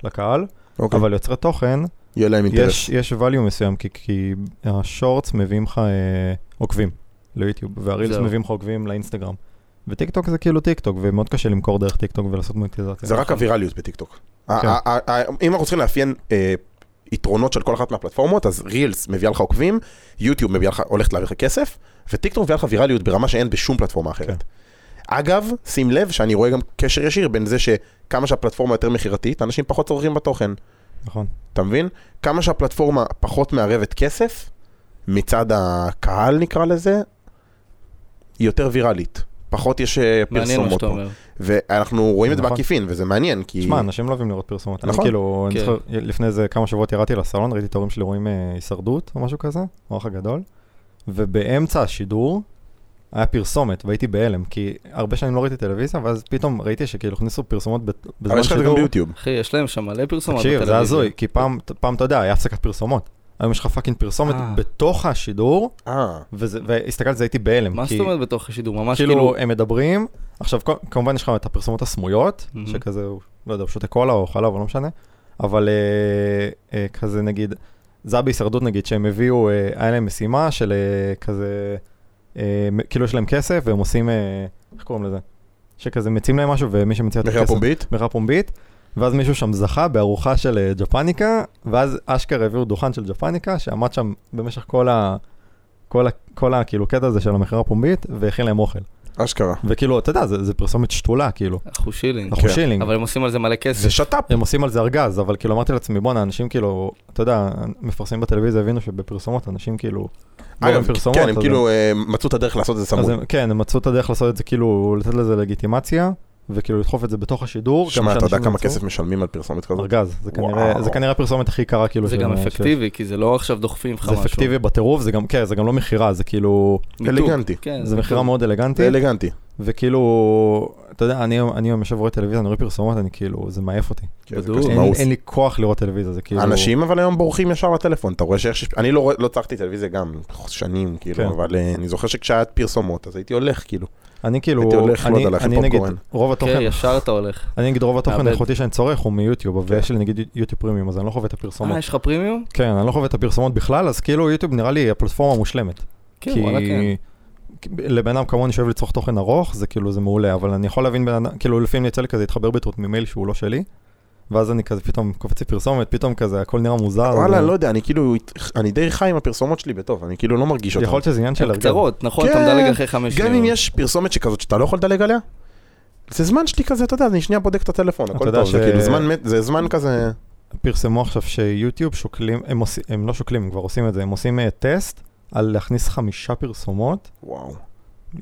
Speaker 3: לקהל,
Speaker 2: אוקיי.
Speaker 3: אבל יוצרי תוכן,
Speaker 2: יהיה להם אינטרס.
Speaker 3: יש, יש value מסוים, כי, כי השורטס מביאים לך אה, עוקבים ליוטיוב, והרילס
Speaker 1: זהו.
Speaker 3: מביאים לך עוקבים לאינסטגרם. וטיקטוק זה כאילו טיקטוק, ומאוד קשה למכור דרך טיקטוק ולעשות
Speaker 1: כן,
Speaker 3: מוניטיזציה.
Speaker 2: זה רק
Speaker 1: נכון.
Speaker 2: הווירליות בטיקטוק. ה- ה- ה- ה- אם אנחנו צריכים לאפיין אה, יתרונות של כל אחת מהפלטפורמות, אז רילס מביאה לך עוקבים, יוטיוב מביאה לך, הולכת להביא לך כסף, וטיקטוק מביאה לך ויראליות ברמה שאין בשום פלטפורמה
Speaker 3: כן.
Speaker 2: אחרת. אגב, שים לב שאני רואה גם קשר ישיר בין זה שכמה שהפלטפורמה יותר מכירתית, אנשים פחות צורכים בתוכן.
Speaker 3: נכון.
Speaker 2: אתה מבין? כמה שהפלטפורמה פחות מערבת כסף, מצד הקהל נקרא לזה, היא יותר ויראלית. פחות יש אה,
Speaker 1: מעניין מה
Speaker 2: פרסומות.
Speaker 1: שאתה
Speaker 2: פה.
Speaker 1: אומר.
Speaker 2: ואנחנו רואים את זה
Speaker 3: נכון.
Speaker 2: בעקיפין, וזה מעניין, כי...
Speaker 3: תשמע, אנשים לא אוהבים לראות פרסומות. אני
Speaker 2: נכון.
Speaker 3: כאילו, אני
Speaker 1: כן.
Speaker 3: זוכר, לפני איזה כמה שבועות ירדתי לסלון, ראיתי את ההורים שלי רואים אה, הישרדות או משהו כזה, האורח הגדול, ובאמצע השידור היה פרסומת, והייתי בהלם, כי הרבה שנים לא ראיתי טלוויזיה, ואז פתאום ראיתי שכאילו הכניסו פרסומות בת-
Speaker 2: אבל
Speaker 3: בזמן
Speaker 2: יש לך את זה גם
Speaker 3: שידור.
Speaker 2: ביוטיוב.
Speaker 1: אחי, יש להם שם מלא פרסומות
Speaker 3: תקשיב, זה
Speaker 1: בטלוויזיה.
Speaker 3: הזוי, כי פעם, פעם אתה יודע, היה הפסקת פרסומות. היום יש לך פאקינג פרסומת
Speaker 1: אה.
Speaker 3: בתוך השידור,
Speaker 2: אה,
Speaker 3: וזה- והסתכלתי על זה, הייתי בהלם.
Speaker 1: מה
Speaker 3: כי-
Speaker 1: זאת אומרת בתוך השידור? ממש כאילו...
Speaker 3: כאילו, הם מדברים, עכשיו כל- כמובן יש לך את הפרסומות הסמויות,
Speaker 1: Mhm.
Speaker 3: שכזה, הוא- לא יודע, הוא שותה קולה או חלב או לא משנה, אבל אה, אה, כזה נגיד, זה היה בהישרדות נגיד, שהם הביאו, אה, היה להם משימה של אה, כזה, אה, מ- כאילו יש להם כסף והם עושים אה, איך קוראים לזה? שכזה מציעים להם משהו ומי שמציע את
Speaker 2: מכירה
Speaker 3: הכסף,
Speaker 2: פומבית?
Speaker 3: מכירה פומבית, ואז מישהו שם זכה בארוחה של אה, ג'פניקה, ואז אשכרה הביאו דוכן של ג'פניקה, שעמד שם במשך כל ה... כל, ה, כל ה, כאילו, קטע הזה של המכירה הפומבית, והכין להם אוכל.
Speaker 2: אשכרה.
Speaker 3: וכאילו, אתה יודע, זה, זה פרסומת שתולה, כאילו.
Speaker 1: אנחנו שילינג.
Speaker 3: אנחנו
Speaker 2: כן.
Speaker 3: שילינג.
Speaker 1: אבל הם עושים על זה מלא
Speaker 2: זה
Speaker 1: כסף.
Speaker 2: שת"פ.
Speaker 3: הם עושים על זה ארגז, אבל כאילו אמרתי לעצמי, בואנה, אנשים כאילו, אתה יודע, מפרסמים בטלוויזיה, הבינו שבפרסומות אנשים כאילו... לא רואים
Speaker 2: אגב,
Speaker 3: פרסומות,
Speaker 2: כן, הם
Speaker 3: אז
Speaker 2: כאילו אה, מצאו את הדרך לעשות את זה
Speaker 3: אז
Speaker 2: סמוי.
Speaker 3: הם, כן, הם מצאו את הדרך לעשות את זה, כאילו, לתת לזה לגיטימציה, וכאילו לדחוף את זה בתוך השידור. גם
Speaker 2: שמע, אתה יודע
Speaker 3: שאנשים
Speaker 2: כמה
Speaker 3: ימצאו.
Speaker 2: כסף משלמים על פרסומת כזאת?
Speaker 3: ארגז, זה כנראה,
Speaker 2: וואו.
Speaker 3: זה כנראה הפרסומת הכי קרה, כאילו.
Speaker 1: זה
Speaker 3: של-
Speaker 1: גם
Speaker 3: של-
Speaker 1: אפקטיבי, כי זה לא עכשיו דוחפים לך
Speaker 3: זה
Speaker 1: משהו.
Speaker 3: אפקטיבי בטירוף, זה גם, כן, זה גם לא מכירה, זה כאילו,
Speaker 1: מיתוג.
Speaker 2: אלגנטי.
Speaker 1: כן,
Speaker 3: זה מכירה מאוד
Speaker 2: זה כאילו-
Speaker 3: אלגנטית,
Speaker 2: אלגנטי.
Speaker 3: וכאילו, אתה יודע, אני אני היום יושב ורואה טלוויזיה, אני רואה פרסומות, אני כאילו, זה מעייף אותי.
Speaker 2: כן, זה
Speaker 1: בדיוק.
Speaker 2: כסף
Speaker 3: אין-
Speaker 2: מאוס.
Speaker 3: אין לי כוח לראות טלוויזיה, זה כאילו...
Speaker 2: אנשים אבל היום בורחים ישר לטלפון, אתה רואה שאיך ש... אני לא רואה- לא צרכתי טלוויזיה גם שנים,
Speaker 3: כן.
Speaker 2: כאילו, אבל אה, אני זוכר שכשהיה פרסומות, אז הייתי הולך, כאילו.
Speaker 3: אני כאילו,
Speaker 2: הייתי הולך, לא
Speaker 3: אני,
Speaker 2: יודע, להכין
Speaker 3: אני נגיד,
Speaker 2: פופקורן.
Speaker 3: רוב
Speaker 1: כן,
Speaker 3: התוכן,
Speaker 1: ישר אתה הולך.
Speaker 3: אני נגיד רוב התוכן
Speaker 1: מאבד.
Speaker 3: האיכותי שאני צורך הוא מיוטיוב,
Speaker 2: כן.
Speaker 3: אבל יש לי נגיד יוטיוב פרימיום, אז אני לא חווה את הפרסומות.
Speaker 1: אה, יש לך פרימיום?
Speaker 3: כן, אני לא חווה את הפרסומות בכלל, אז כאילו יוטיוב נראה לי הפלטפורמה המושלמת.
Speaker 1: כן,
Speaker 3: כי-
Speaker 1: וואלה, כן.
Speaker 3: כי לבן אדם כמוני שאוהב לצרוך תוכן ארוך, זה כאילו, זה מעולה, אבל אני יכול להבין בן אדם, כאילו לפעמים יצא לי כזה להתחבר בטעות ממייל שהוא לא שלי, ואז אני כזה פתאום קופץ לי פרסומת, פתאום כזה, הכל נראה מוזר.
Speaker 2: וואלה,
Speaker 3: זה-
Speaker 2: לא יודע, אני כאילו, אני די חי עם הפרסומות שלי בטוב, אני כאילו לא מרגיש אותן.
Speaker 3: יכול להיות שזה עניין של
Speaker 1: הן
Speaker 3: הרגל.
Speaker 1: קצרות, נכון, אתה
Speaker 2: כן,
Speaker 1: מדלג אחרי חמש
Speaker 2: גם
Speaker 1: שניות.
Speaker 2: אם יש פרסומת שכזאת שאתה לא יכול לדלג עליה, זה זמן שלי כזה, אתה יודע, אני שנייה בודק את הטלפון,
Speaker 3: אתה
Speaker 2: הכל
Speaker 3: יודע
Speaker 2: טוב, זה
Speaker 3: ש-
Speaker 2: כאילו זמן מת, זה זמן כזה,
Speaker 3: פרסמו עכשיו שיוטיוב שוקלים, הם, עושים, הם לא שוקלים, הם כבר עושים את זה, הם עושים אה, טסט על להכניס חמישה פרסומות
Speaker 2: וואו.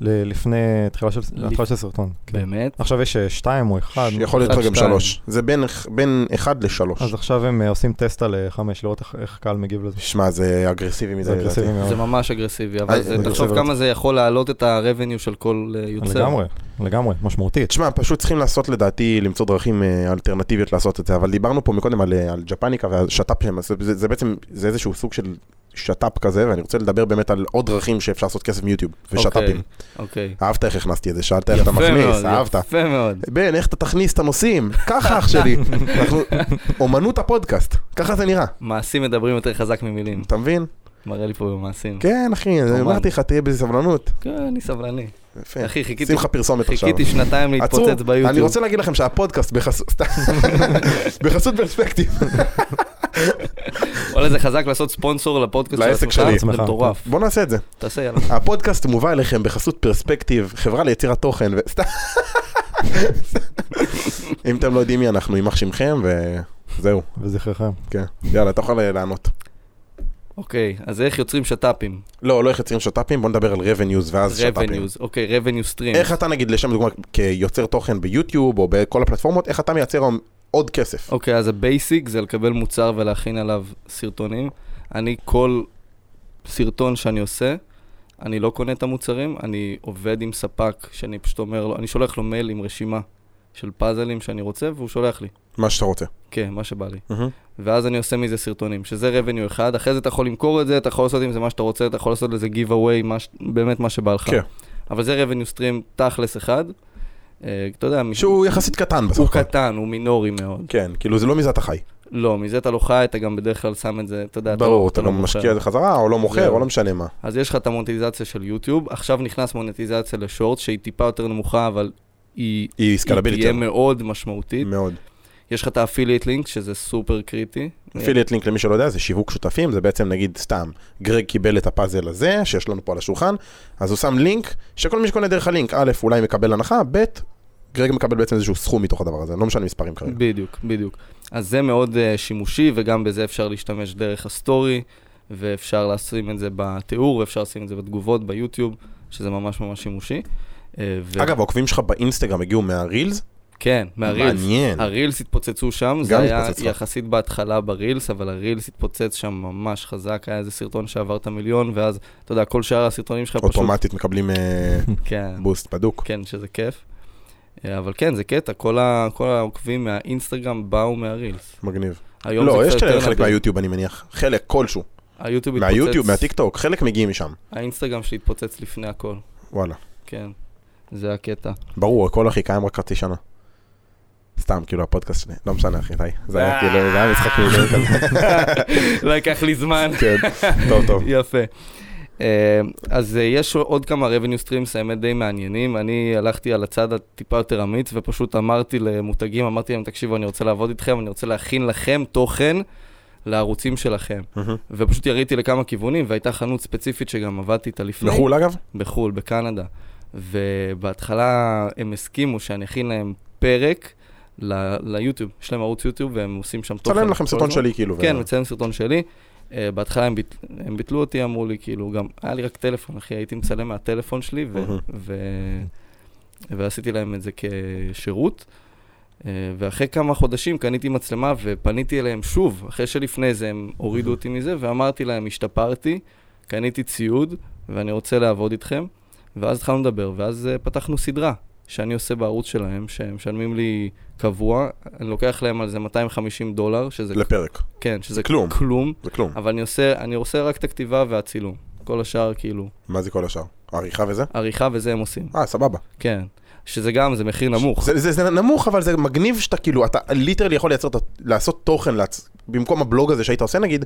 Speaker 3: ל- לפני תחילה של, התחלה של סרטון. כן.
Speaker 1: באמת?
Speaker 3: עכשיו יש אה, שתיים או אחד,
Speaker 2: יכול להיות
Speaker 1: אחד,
Speaker 2: לך גם
Speaker 1: שתיים.
Speaker 2: שלוש. זה בין אח- בין אחד לשלוש.
Speaker 3: אז עכשיו הם אה, עושים טסט על אה, חמש, לראות איך, איך קהל מגיב לזה.
Speaker 2: שמע, זה אגרסיבי מדי.
Speaker 3: זה אגרסיבי
Speaker 2: לדעתי.
Speaker 1: זה
Speaker 3: מאוד.
Speaker 1: ממש אגרסיבי,
Speaker 2: אה,
Speaker 1: אבל זה-
Speaker 2: זה
Speaker 1: תחשוב
Speaker 3: אגרסיבי.
Speaker 1: כמה זה יכול להעלות את ה-revenue של כל אה, יוצר.
Speaker 3: לגמרי, לגמרי, משמעותית.
Speaker 2: תשמע, פשוט צריכים לעשות לדעתי, למצוא דרכים אה, אלטרנטיביות לעשות את זה, אבל דיברנו פה מקודם על, אה, על ג'פניקה והשת"פ שהם עשו, זה, זה בעצם, זה איזשהו סוג של שת"פ כזה, ואני רוצה לדבר באמת על עוד דרכים שאפשר לעשות כסף מיוטיוב, ושת"פים.
Speaker 1: אוקיי, אוקיי.
Speaker 2: אהבת איך הכנסתי את זה, שאלת איך אתה
Speaker 1: יפה
Speaker 2: מכניס,
Speaker 1: מאוד,
Speaker 2: אהבת.
Speaker 1: יפה מאוד.
Speaker 2: בן, איך אתה תכניס את הנושאים? ככה אח שלי. אנחנו, אומנות הפודקאסט, ככה זה נראה.
Speaker 1: מעשים מדברים יותר חזק ממילים.
Speaker 2: אתה מבין?
Speaker 1: מראה לי פה במעשים.
Speaker 2: כן, אחי, אני
Speaker 1: אומן.
Speaker 2: אמרתי לך, תהיה בסבלנות.
Speaker 1: כן, אני סבלני.
Speaker 2: יפה.
Speaker 1: אחי, חיכיתי
Speaker 2: שים לך פרסומת כן. עכשיו.
Speaker 1: חיכיתי שנתיים
Speaker 2: עצור,
Speaker 1: להתפוצץ ביוטיוב.
Speaker 2: אני רוצה להגיד לכם שהפודקאסט בחסות, סתם. בחסות פרספקטיב.
Speaker 1: וואלה, זה חזק לעשות ספונסור לפודקאסט של
Speaker 2: לעסק
Speaker 1: עצמך,
Speaker 2: שלי.
Speaker 3: עצמך.
Speaker 1: זה מטורף.
Speaker 2: בואו נעשה את זה.
Speaker 1: תעשה, יאללה.
Speaker 2: הפודקאסט מובא אליכם בחסות פרספקטיב, חברה ליצירת תוכן, ו- סתם. אם אתם לא יודעים מי אנחנו, יימח שמכם, וזהו,
Speaker 3: וזכרכם.
Speaker 2: כן. יאללה, אתה יכול לענות.
Speaker 1: אוקיי, אז איך יוצרים שת"פים?
Speaker 2: לא, לא איך יוצרים שת"פים, בוא נדבר על revenues ואז שת"פים.
Speaker 1: revenues, אוקיי, revenue streams.
Speaker 2: איך אתה נגיד, לשם דוגמה, כיוצר תוכן ביוטיוב או בכל הפלטפורמות, איך אתה מייצר עוד כסף?
Speaker 1: אוקיי, אז הבייסיק זה לקבל מוצר ולהכין עליו סרטונים. אני כל סרטון שאני עושה, אני לא קונה את המוצרים, אני עובד עם ספק שאני פשוט אומר לו, אני שולח לו מייל עם רשימה של פאזלים שאני רוצה, והוא שולח לי.
Speaker 2: מה שאתה רוצה.
Speaker 1: כן, מה שבא לי. ואז אני עושה מזה סרטונים, שזה revenue אחד, אחרי זה אתה יכול למכור את זה, אתה יכול לעשות עם זה מה שאתה רוצה, אתה יכול לעשות לזה giveaway, מה ש... באמת מה שבא לך.
Speaker 2: כן.
Speaker 1: אבל זה revenue stream תכלס אחד, אה, אתה יודע, מש-
Speaker 2: שהוא יחסית קטן בסך
Speaker 1: הוא
Speaker 2: הכל.
Speaker 1: קטן, הוא מינורי מאוד.
Speaker 2: כן, כאילו זה לא מזה אתה חי.
Speaker 1: לא, מזה אתה לא חי, אתה גם בדרך כלל שם את זה, אתה יודע,
Speaker 2: ברור, אתה
Speaker 1: לא
Speaker 2: גם
Speaker 1: מוכר.
Speaker 2: משקיע את זה חזרה, או לא מוכר,
Speaker 1: זהו.
Speaker 2: או לא משנה מה.
Speaker 1: אז יש לך את המונטיזציה של יוטיוב, עכשיו נכנס מונטיזציה לשורט, שהיא טיפה יותר נמוכה, אבל היא,
Speaker 2: היא
Speaker 1: היא
Speaker 2: סקלבילית.
Speaker 1: תהיה מאוד כן. משמעותית.
Speaker 2: מאוד.
Speaker 1: יש לך את האפילייט לינק, שזה סופר קריטי.
Speaker 2: אפילייט לינק למי שלא יודע זה שיווק שותפים, זה בעצם נגיד סתם, גרג קיבל את הפאזל הזה שיש לנו פה על השולחן, אז הוא שם לינק שכל מי שקונה דרך הלינק, א', אולי מקבל הנחה, ב', גרג מקבל בעצם איזשהו סכום מתוך הדבר הזה, לא משנה מספרים כרגע.
Speaker 1: בדיוק, בדיוק. אז זה מאוד uh, שימושי, וגם בזה אפשר להשתמש דרך הסטורי, ואפשר לשים את זה בתיאור, ואפשר לשים את זה בתגובות ביוטיוב, שזה ממש ממש שימושי. Uh, ו-
Speaker 2: אגב, העוקבים שלך באינסטגרם הגיעו מהרילס?
Speaker 1: כן, מהרילס.
Speaker 2: מעניין.
Speaker 1: הרילס התפוצצו שם, זה היה
Speaker 2: התפוצץ לך.
Speaker 1: יחסית בהתחלה ברילס, אבל הרילס התפוצץ שם ממש חזק, היה איזה סרטון שעבר את המיליון, ואז, אתה יודע, כל שאר הסרטונים שלך לא פשוט...
Speaker 2: אוטומטית מקבלים אה,
Speaker 1: כן,
Speaker 2: בוסט בדוק.
Speaker 1: כן, שזה כיף. אה, אבל כן, זה קטע, כל ה- כל העוקבים מהאינסטגרם באו מהרילס.
Speaker 2: מגניב.
Speaker 1: היום
Speaker 2: לא,
Speaker 1: זה
Speaker 2: יש
Speaker 1: קצת
Speaker 2: כאלה
Speaker 1: יותר
Speaker 2: חלק
Speaker 1: נדיר.
Speaker 2: מהיוטיוב אני מניח, חלק כלשהו.
Speaker 1: היוטיוב התפוצץ.
Speaker 2: מהיוטיוב, מהטיקטוק, חלק מגיעים משם.
Speaker 1: האינסטגרם שלי התפוצץ לפני הכל,
Speaker 2: וואלה.
Speaker 1: כן. זה הקטע.
Speaker 2: ברור, הכל אחי קיים רק חצי שנה. סתם, כאילו הפודקאסט שלי, לא משנה אחי, די. זה היה כאילו, זה היה משחק מילים כזה.
Speaker 1: לקח לא לי זמן.
Speaker 2: כן, טוב, טוב.
Speaker 1: יפה. Uh, אה, אז אה, יש עוד כמה revenue streams, האמת די מעניינים. אני הלכתי על הצד הטיפה יותר אמיץ, ופשוט אמרתי למותגים, אמרתי להם, תקשיבו, אני רוצה לעבוד איתכם, אני רוצה להכין לכם תוכן לערוצים שלכם.
Speaker 2: מהמם.
Speaker 1: ופשוט יריתי לכמה כיוונים, והייתה חנות ספציפית שגם עבדתי איתה לפני.
Speaker 2: בחו"ל אגב?
Speaker 1: בחו"ל, בקנדה. ובהתחלה הם הסכימו שאני אכין להם פרק ל- ליוטיוב. יש להם ערוץ יוטיוב והם עושים שם תוכן.
Speaker 2: צלם לכם
Speaker 1: כל
Speaker 2: סרטון
Speaker 1: הזמן.
Speaker 2: שלי כאילו.
Speaker 1: כן,
Speaker 2: ו-
Speaker 1: מצלם סרטון שלי. אה, בהתחלה הם, ביט... הם ביטלו אותי, אמרו לי, כאילו, גם היה לי רק טלפון, אחי, הייתי מצלם מהטלפון שלי, ו...
Speaker 2: מהמם.
Speaker 1: ו... ועשיתי להם את זה כשירות. אה, ואחרי כמה חודשים קניתי מצלמה ופניתי אליהם שוב, אחרי שלפני זה הם הורידו אותי מזה, ואמרתי להם, השתפרתי, קניתי ציוד, ואני רוצה לעבוד איתכם. ואז התחלנו לדבר, ואז אה, פתחנו סדרה שאני עושה בערוץ שלהם, שהם משלמים לי קבוע, אני לוקח להם על זה 250 דולר, שזה
Speaker 2: לפרק.
Speaker 1: כן, שזה
Speaker 2: כלום.
Speaker 1: כלום. כלום,
Speaker 2: זה כלום.
Speaker 1: אבל אני עושה, אני עושה רק את הכתיבה והצילום. כל השאר, כאילו,
Speaker 2: מה זה כל השאר? עריכה וזה?
Speaker 1: עריכה וזה הם עושים.
Speaker 2: אה, סבבה.
Speaker 1: כן. שזה גם, זה מחיר נמוך.
Speaker 2: זה, זה, זה נמוך, אבל זה מגניב שאתה כאילו, אתה ליטרלי יכול לייצר, את ה- לעשות תוכן, לעצ... במקום הבלוג הזה שהיית עושה נגיד,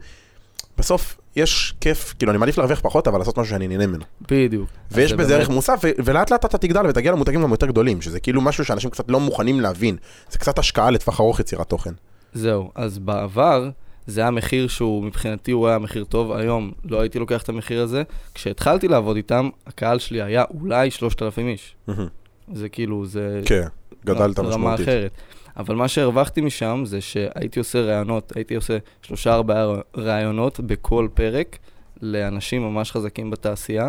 Speaker 2: בסוף יש כיף, כאילו אני מעדיף להרוויח פחות, אבל לעשות משהו שאני נהנה ממנו.
Speaker 1: בדיוק.
Speaker 2: ויש
Speaker 1: זה
Speaker 2: בזה
Speaker 1: באמת-
Speaker 2: ערך מוסף, ו- ולאט לאט אתה תגדל ותגיע למותגים גם יותר גדולים, שזה כאילו משהו שאנשים קצת לא מוכנים להבין. זה קצת השקעה לטווח ארוך יצירת תוכן.
Speaker 1: זהו. אז בעבר, זה היה מחיר שהוא, מבחינתי, הוא היה מחיר טוב. היום לא הייתי לוקח את המחיר הזה. כשהתחלתי לעבוד איתם, הקהל שלי היה אולי 3,000 איש. זה כאילו, זה...
Speaker 2: כן, גדלת
Speaker 1: לא, רמה
Speaker 2: משמעותית.
Speaker 1: אחרת. אבל מה שהרווחתי משם זה שהייתי עושה ראיונות, הייתי עושה שלושה ארבעה ראיונות בכל פרק לאנשים ממש חזקים בתעשייה,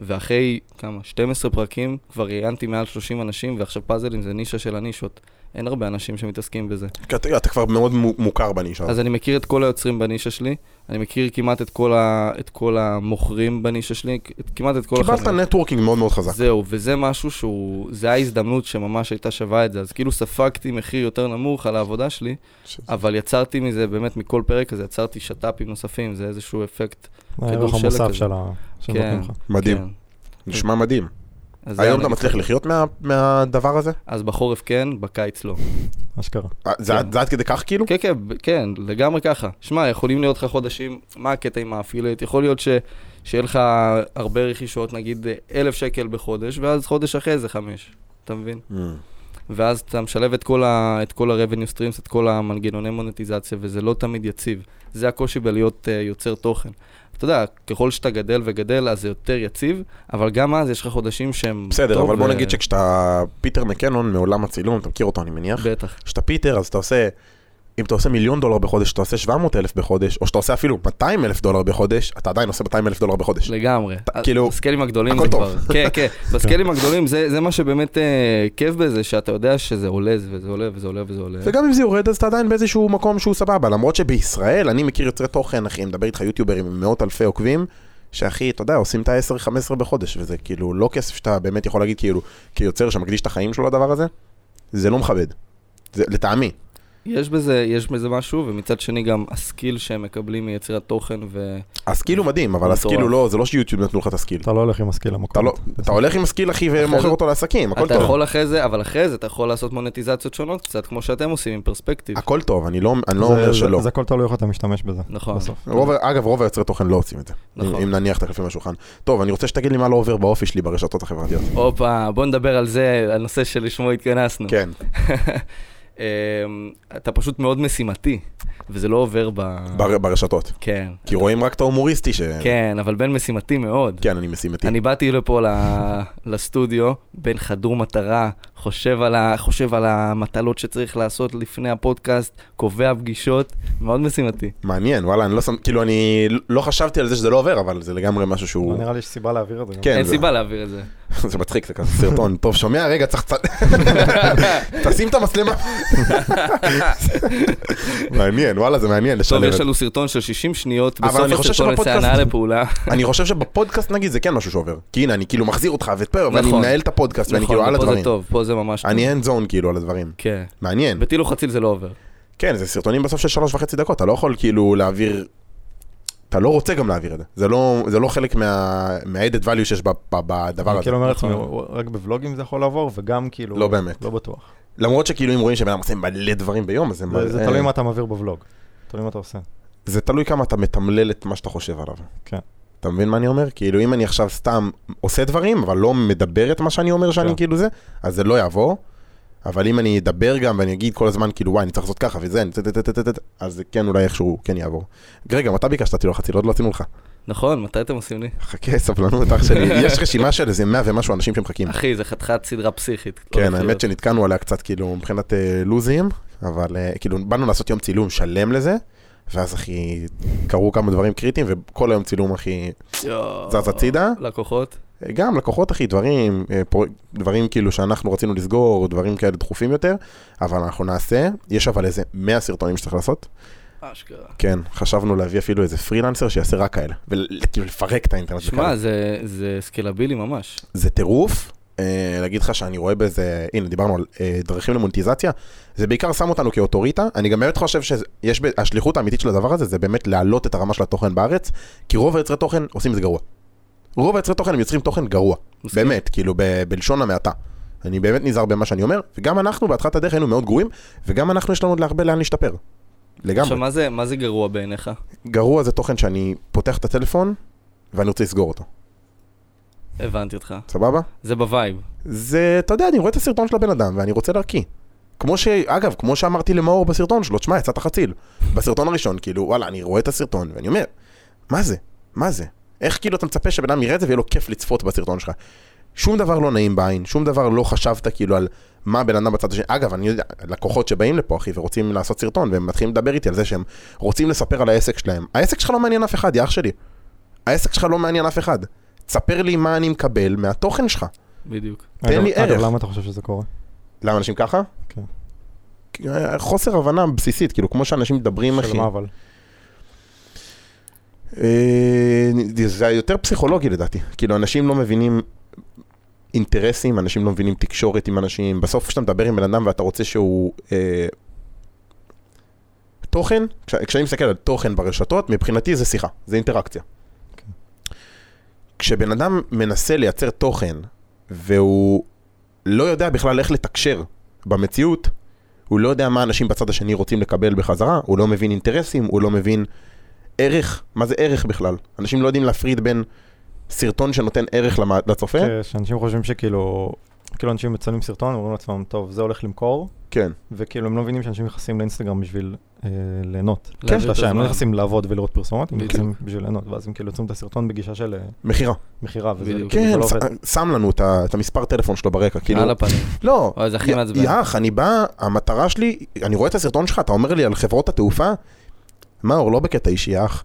Speaker 1: ואחרי כמה, 12 פרקים, כבר ראיינתי מעל 30 אנשים, ועכשיו פאזלים זה נישה של הנישות. אין הרבה אנשים שמתעסקים בזה.
Speaker 2: כי אתה אתה כבר מאוד מו- מוכר בנישה הזאת.
Speaker 1: אז אני מכיר את כל היוצרים בנישה שלי, אני מכיר כמעט את כל, ה... את כל המוכרים בנישה שלי, את- כמעט את כל
Speaker 2: קיבלת נטוורקינג מאוד מאוד חזק.
Speaker 1: זהו, וזה משהו שהוא, זה ההזדמנות שממש הייתה שווה את זה. אז כאילו ספגתי מחיר יותר נמוך על העבודה שלי, אבל יצרתי מזה, באמת מכל פרק הזה, יצרתי שת"פים נוספים, זה איזשהו אפקט.
Speaker 3: הערך
Speaker 1: שלג כזה.
Speaker 3: המוסף אה, של ה... של
Speaker 1: כן.
Speaker 3: נותנים לך.
Speaker 2: מדהים,
Speaker 1: כן.
Speaker 2: נשמע מדהים.
Speaker 1: אז זה
Speaker 2: היום
Speaker 1: היה
Speaker 2: אתה
Speaker 1: נגיד-
Speaker 2: מצליח לחיות מה- מהדבר הזה?
Speaker 1: אז בחורף כן, בקיץ לא.
Speaker 3: אשכרה.
Speaker 2: אה, זה
Speaker 1: כן.
Speaker 2: עד- זה עד כדי כך כאילו?
Speaker 1: כן, כן, ב- כן, לגמרי ככה. שמע, יכולים להיות לך חודשים, מה הקטע עם האפילייט? יכול להיות ש... שיהיה לך הרבה רכישות, נגיד אה, אלף שקל בחודש, ואז חודש אחרי זה חמש, אתה מבין? ואז אתה משלב את כל, ה, את כל ה-revenue streams, את כל המנגנוני מונטיזציה, וזה לא תמיד יציב. זה הקושי בלהיות uh, יוצר תוכן. אתה יודע, ככל שאתה גדל וגדל, אז זה יותר יציב, אבל גם אז יש לך חודשים שהם...
Speaker 2: בסדר,
Speaker 1: טוב, אה,
Speaker 2: אבל בוא
Speaker 1: ו-
Speaker 2: נגיד שכשאתה פיטר מקנון מעולם הצילום, אתה מכיר אותו אני מניח,
Speaker 1: בטח.
Speaker 2: כשאתה פיטר אז אתה עושה, אם אתה עושה מיליון דולר בחודש, אתה עושה 700 אלף בחודש, או שאתה עושה אפילו 200 אלף דולר בחודש, אתה עדיין עושה 200 אלף דולר בחודש.
Speaker 1: לגמרי.
Speaker 2: אתה- כאילו,
Speaker 1: בסקיילים הגדולים
Speaker 2: הכל
Speaker 1: זה
Speaker 2: טוב.
Speaker 1: כבר... כן, כן. בסקיילים הגדולים זה, זה מה שבאמת אה, כיף בזה, שאתה יודע שזה עולה וזה עולה וזה עולה וזה עולה.
Speaker 2: וגם אם זה יורד אז אתה עדיין באיזשהו מקום שהוא סבבה, למרות שבישראל אני מכיר יוצרי תוכן, אחי, מדבר איתך יוטיוברים עם מאות אלפי עוקבים, שאחי, אתה יודע, עושים את ה-10-15 בחודש, וזה כאילו לא כסף שאתה באמת יכול להגיד כאילו, כיוצר שמקדיש את החיים שלו לדבר הזה, זה לא מכבד. זה לטעמי.
Speaker 1: יש בזה, יש בזה משהו, ומצד שני גם הסקיל שהם מקבלים מיצירת תוכן ו...
Speaker 2: אז כאילו מדהים, אבל אז
Speaker 1: מטורף.
Speaker 2: כאילו לא, זה לא שיוטיוב נתנו לך את הסקיל.
Speaker 3: אתה לא הולך עם הסקיל למקום.
Speaker 2: אתה לא- אתה הולך עם סקיל אחי ומוכר
Speaker 1: אחרי
Speaker 2: אותו לעסקים, הכל
Speaker 1: אתה
Speaker 2: טוב.
Speaker 1: יכול אחרי זה, אבל אחרי זה אתה יכול לעשות מונטיזציות שונות קצת, כמו שאתם עושים עם פרספקטיב.
Speaker 2: הכל טוב, אני לא אני לא
Speaker 3: זה-
Speaker 2: אומר
Speaker 3: זה-
Speaker 2: שלא.
Speaker 3: זה הכל תלוי איך אתה משתמש בזה.
Speaker 1: נכון.
Speaker 3: בסוף.
Speaker 2: רוב, אגב, רוב היוצרי תוכן לא עושים את זה.
Speaker 1: נכון.
Speaker 2: אם נניח את הקלפים על השולחן. טוב, אני רוצה שתגיד לי מה לא עובר באופי שלי ברשתות החברתיות.
Speaker 1: הופה, בוא נדבר על זה, הנושא שלשמו התכנסנו.
Speaker 2: כן.
Speaker 1: אמ, אתה פשוט מאוד משימתי, וזה לא עובר ב...
Speaker 2: בר, ברשתות.
Speaker 1: כן.
Speaker 2: כי רואים רק את ההומוריסטי ש...
Speaker 1: כן, אבל בן משימתי מאוד.
Speaker 2: כן, אני משימתי.
Speaker 1: אני באתי לפה ל- לסטודיו, בן חדור מטרה, חושב על, ה... חושב על המטלות שצריך לעשות לפני הפודקאסט, קובע פגישות, מאוד משימתי.
Speaker 2: מעניין, וואלה, אני לא שם... כאילו, אני לא חשבתי על זה שזה לא עובר, אבל זה לגמרי משהו
Speaker 3: לא
Speaker 2: שהוא...
Speaker 3: נראה לי יש סיבה להעביר את זה. גם.
Speaker 2: כן,
Speaker 1: אין
Speaker 2: זה-
Speaker 1: סיבה להעביר את זה.
Speaker 2: זה מצחיק, זה כזה סרטון. טוב, שומע? רגע, צריך... צ- תשים את המצלמה. מעניין, וואלה, זה מעניין
Speaker 1: טוב,
Speaker 2: לשלב.
Speaker 1: יש
Speaker 2: את-
Speaker 1: לנו סרטון של 60 שניות,
Speaker 2: אבל
Speaker 1: בסוף
Speaker 2: אני חושב
Speaker 1: הסרטון נעשה
Speaker 2: שבפודקאסט-
Speaker 1: הנעה לפעולה.
Speaker 2: אני חושב שבפודקאסט, נגיד, זה כן משהו שעובר. כי הנה, אני כאילו מחזיר אותך ואת פרק, ואני
Speaker 1: נכון.
Speaker 2: מנהל את הפודקאסט, ואני
Speaker 1: נכון,
Speaker 2: כאילו על
Speaker 1: ופה
Speaker 2: הדברים.
Speaker 1: זה טוב, פה זה ממש טוב.
Speaker 2: אני אין זון כאילו על הדברים.
Speaker 1: כן.
Speaker 2: מעניין.
Speaker 1: בטיל וחציל זה לא עובר.
Speaker 2: כן, זה סרטונים בסוף של שלוש וחצי דקות, אתה לא יכול כאילו להעביר... אתה לא רוצה גם להעביר את זה. זה לא, זה לא חלק מה- מה-added value שיש ב- ב- בדבר
Speaker 3: אני
Speaker 2: הזה.
Speaker 3: כאילו אומר
Speaker 1: נכון.
Speaker 3: לעצמי, הוא- רק בבלוגים זה יכול לעבור, וגם כאילו...
Speaker 2: לא באמת.
Speaker 3: לא בטוח.
Speaker 2: למרות שכאילו אם רואים שבן אדם עושה מלא דברים ביום, אז זה
Speaker 3: זה-
Speaker 2: מראה-
Speaker 3: זה תלוי מה אתה מעביר בבלוג. תלוי מה אתה עושה.
Speaker 2: זה תלוי כמה אתה מתמלל את מה שאתה חושב עליו.
Speaker 3: כן.
Speaker 2: אתה מבין מה אני אומר? כאילו, אם אני עכשיו סתם עושה דברים, אבל לא מדבר את מה שאני אומר שאני
Speaker 3: כן.
Speaker 2: כאילו זה, אז זה לא יעבור. אבל אם אני אדבר גם ואני אגיד כל הזמן, כאילו, וואי, אני צריך לעשות ככה וזה, אני טה-טה-טה-טה-טה, אז זה כן אולי איכשהו כן יעבור. רגע, גם אתה ביקשת טיול חציל, עוד לא עשינו לך.
Speaker 1: נכון, מתי אתם עושים לי?
Speaker 2: חכה, סבלנות, אח שלי. יש רשימה של איזה 100 ומשהו אנשים שמחכים.
Speaker 1: אחי, זה חתיכת סדרה פסיכית. לא
Speaker 2: כן,
Speaker 1: הולך
Speaker 2: האמת
Speaker 1: להיות.
Speaker 2: שנתקענו עליה קצת, כאילו, מבחינת אה, לוזים, אבל אה, כאילו, באנו לעשות יום צילום שלם לזה, ואז אחי, קרו כמה דברים קריטיים, וכל היום צילום, אחי,
Speaker 1: יואו.
Speaker 2: זז הצידה.
Speaker 1: לקוחות?
Speaker 2: גם לקוחות אחי, דברים, אה, פרו- דברים כאילו שאנחנו רצינו לסגור, דברים כאלה דחופים יותר, אבל אנחנו נעשה, יש אבל איזה 100 סרטונים שצריך לעשות,
Speaker 1: אשכרה.
Speaker 2: כן, חשבנו להביא אפילו איזה פרילנסר שיעשה רק כאלה, וכאילו לפרק את האינטרנט.
Speaker 1: שמע,
Speaker 2: וכאלה.
Speaker 1: זה- זה סקלבילי ממש.
Speaker 2: זה טירוף, אה, להגיד לך שאני רואה בזה, הנה דיברנו על אה, דרכים למונטיזציה, זה בעיקר שם אותנו כאוטוריטה, אני גם באמת חושב שיש, ב- השליחות האמיתית של הדבר הזה זה באמת להעלות את הרמה של התוכן בארץ, כי רוב היוצרי תוכן עושים את זה גרוע. רוב היוצרי תוכן הם יוצרים תוכן גרוע,
Speaker 1: מסכים.
Speaker 2: באמת, כאילו ב- בלשון המעטה. אני באמת נזהר במה שאני אומר, וגם אנחנו בהתחלת הדרך היינו מאוד גרועים, וגם אנחנו יש לנו עוד הרבה לאן להשתפר. לגמרי.
Speaker 1: עכשיו, מה זה- מה זה גרוע בעיניך?
Speaker 2: גרוע זה תוכן שאני פותח את הטלפון, ואני רוצה לסגור אותו,
Speaker 1: הבנתי אותך.
Speaker 2: סבבה?
Speaker 1: זה בווייב.
Speaker 2: זה, אתה יודע, אני רואה את הסרטון של הבן אדם ואני רוצה להקיא. כמו ש... אגב, כמו שאמרתי למאור בסרטון שלו, תשמע, יצאת חציל. בסרטון הראשון, כאילו, וואלה, אני רואה את הסרטון, ואני אומר, מה זה? מה זה? איך כאילו אתה מצפה שבן אדם יראה את זה ויהיה לו כיף לצפות בסרטון שלך? שום דבר לא נעים בעין, שום דבר לא חשבת כאילו על מה בן אדם בצד השני. אגב, אני יודע, לקוחות שבאים לפה, אחי, ורוצים לעשות סרטון, והם מתחילים לדבר איתי על זה שהם רוצים לספר על העסק שלהם. העסק שלך לא מעניין אף אחד, יא אח שלי. העסק שלך לא מעניין אף אחד. תספר לי מה אני מקבל מהתוכן שלך.
Speaker 1: בדיוק.
Speaker 2: תן
Speaker 3: אגב-
Speaker 2: לי ערך.
Speaker 3: אגב, למה אתה חושב שזה קורה?
Speaker 2: למה אנשים ככה?
Speaker 3: כן.
Speaker 2: כי, אה, חוסר הבנה בסיסית, כאילו, כמו שאנשים מדברים, אחי.
Speaker 3: של מה אבל?
Speaker 2: אה, זה יותר פסיכולוגי לדעתי. כאילו, אנשים לא מבינים אינטרסים, אנשים לא מבינים תקשורת עם אנשים. בסוף כשאתה מדבר עם בן אדם ואתה רוצה שהוא... אה, תוכן, כש, כשאני מסתכל על תוכן ברשתות, מבחינתי זה שיחה, זה אינטראקציה.
Speaker 3: כן.
Speaker 2: כשבן אדם מנסה לייצר תוכן והוא לא יודע בכלל איך לתקשר במציאות, הוא לא יודע מה אנשים בצד השני רוצים לקבל בחזרה, הוא לא מבין אינטרסים, הוא לא מבין ערך, מה זה ערך בכלל? אנשים לא יודעים להפריד בין סרטון שנותן ערך למ- לצופה,
Speaker 3: כן, שאנשים חושבים שכאילו, כאילו אנשים מצלמים סרטון, אומרים לעצמם, טוב, זה הולך למכור,
Speaker 2: כן,
Speaker 3: וכאילו הם לא מבינים שאנשים נכנסים לאינסטגרם בשביל אה, ליהנות.
Speaker 1: להעביר כן, את
Speaker 3: שלושה, הם לא
Speaker 1: הזמן.
Speaker 3: נכנסים לעבוד ולראות פרסומות, הם
Speaker 1: בדיוק.
Speaker 3: נכנסים בשביל ליהנות, ואז הם כאילו יוצאים את הסרטון בגישה של אה,
Speaker 2: מכירה.
Speaker 3: מכירה, וזה
Speaker 1: בדיוק. אה,
Speaker 3: כאילו, זה
Speaker 2: כן,
Speaker 3: לא עובד.
Speaker 2: ש- שם לנו את ה- את המספר טלפון שלו ברקע, כאילו,
Speaker 1: על הפנים.
Speaker 2: לא,
Speaker 1: אוי, זה הכי
Speaker 2: י-
Speaker 1: מעצבן.
Speaker 2: יאח, אני בא, המטרה שלי, אני רואה את הסרטון שלך, אתה אומר לי על חברות התעופה? מאור, לא בקטע אישי, יאח.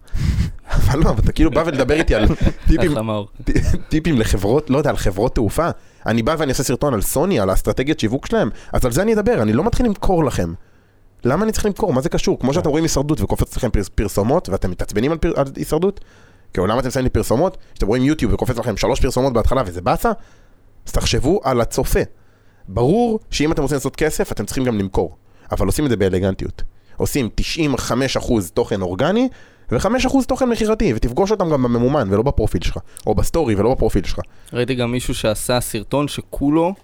Speaker 2: אבל לא, אבל אתה כאילו בא ולדבר איתי על טיפים,
Speaker 1: אחלה מאור.
Speaker 2: טיפים לחברות, לא יודע, על חברות תעופה. אני בא ואני עושה סרטון על סוני, על האסטרטגיית שיווק שלהם, אז על זה אני אדבר, אני לא מתחיל למכור לכם. למה אני צריך למכור? מה זה קשור? כמו שאתם רואים הישרדות וקופץ לכם פרס- פרסומות, ואתם מתעצבנים על, פר... על הישרדות? כאילו, למה אתם שמים לי פרסומות? כשאתם רואים יוטיוב וקופץ לכם שלוש פרסומות בהתחלה וזה באסה? אז תחשבו על הצופה. ברור שאם אתם רוצים לעשות כסף, אתם צריכים גם למכור. אבל עושים את זה באלגנטיות. עושים 95% תוכן אורגני, ו-5% תוכן מכירתי, ותפגוש אותם גם בממומן ולא בפרופיל שלך, או בסטורי ולא בפרופיל שלך.
Speaker 1: ראיתי גם מישהו שעשה סרטון שכולו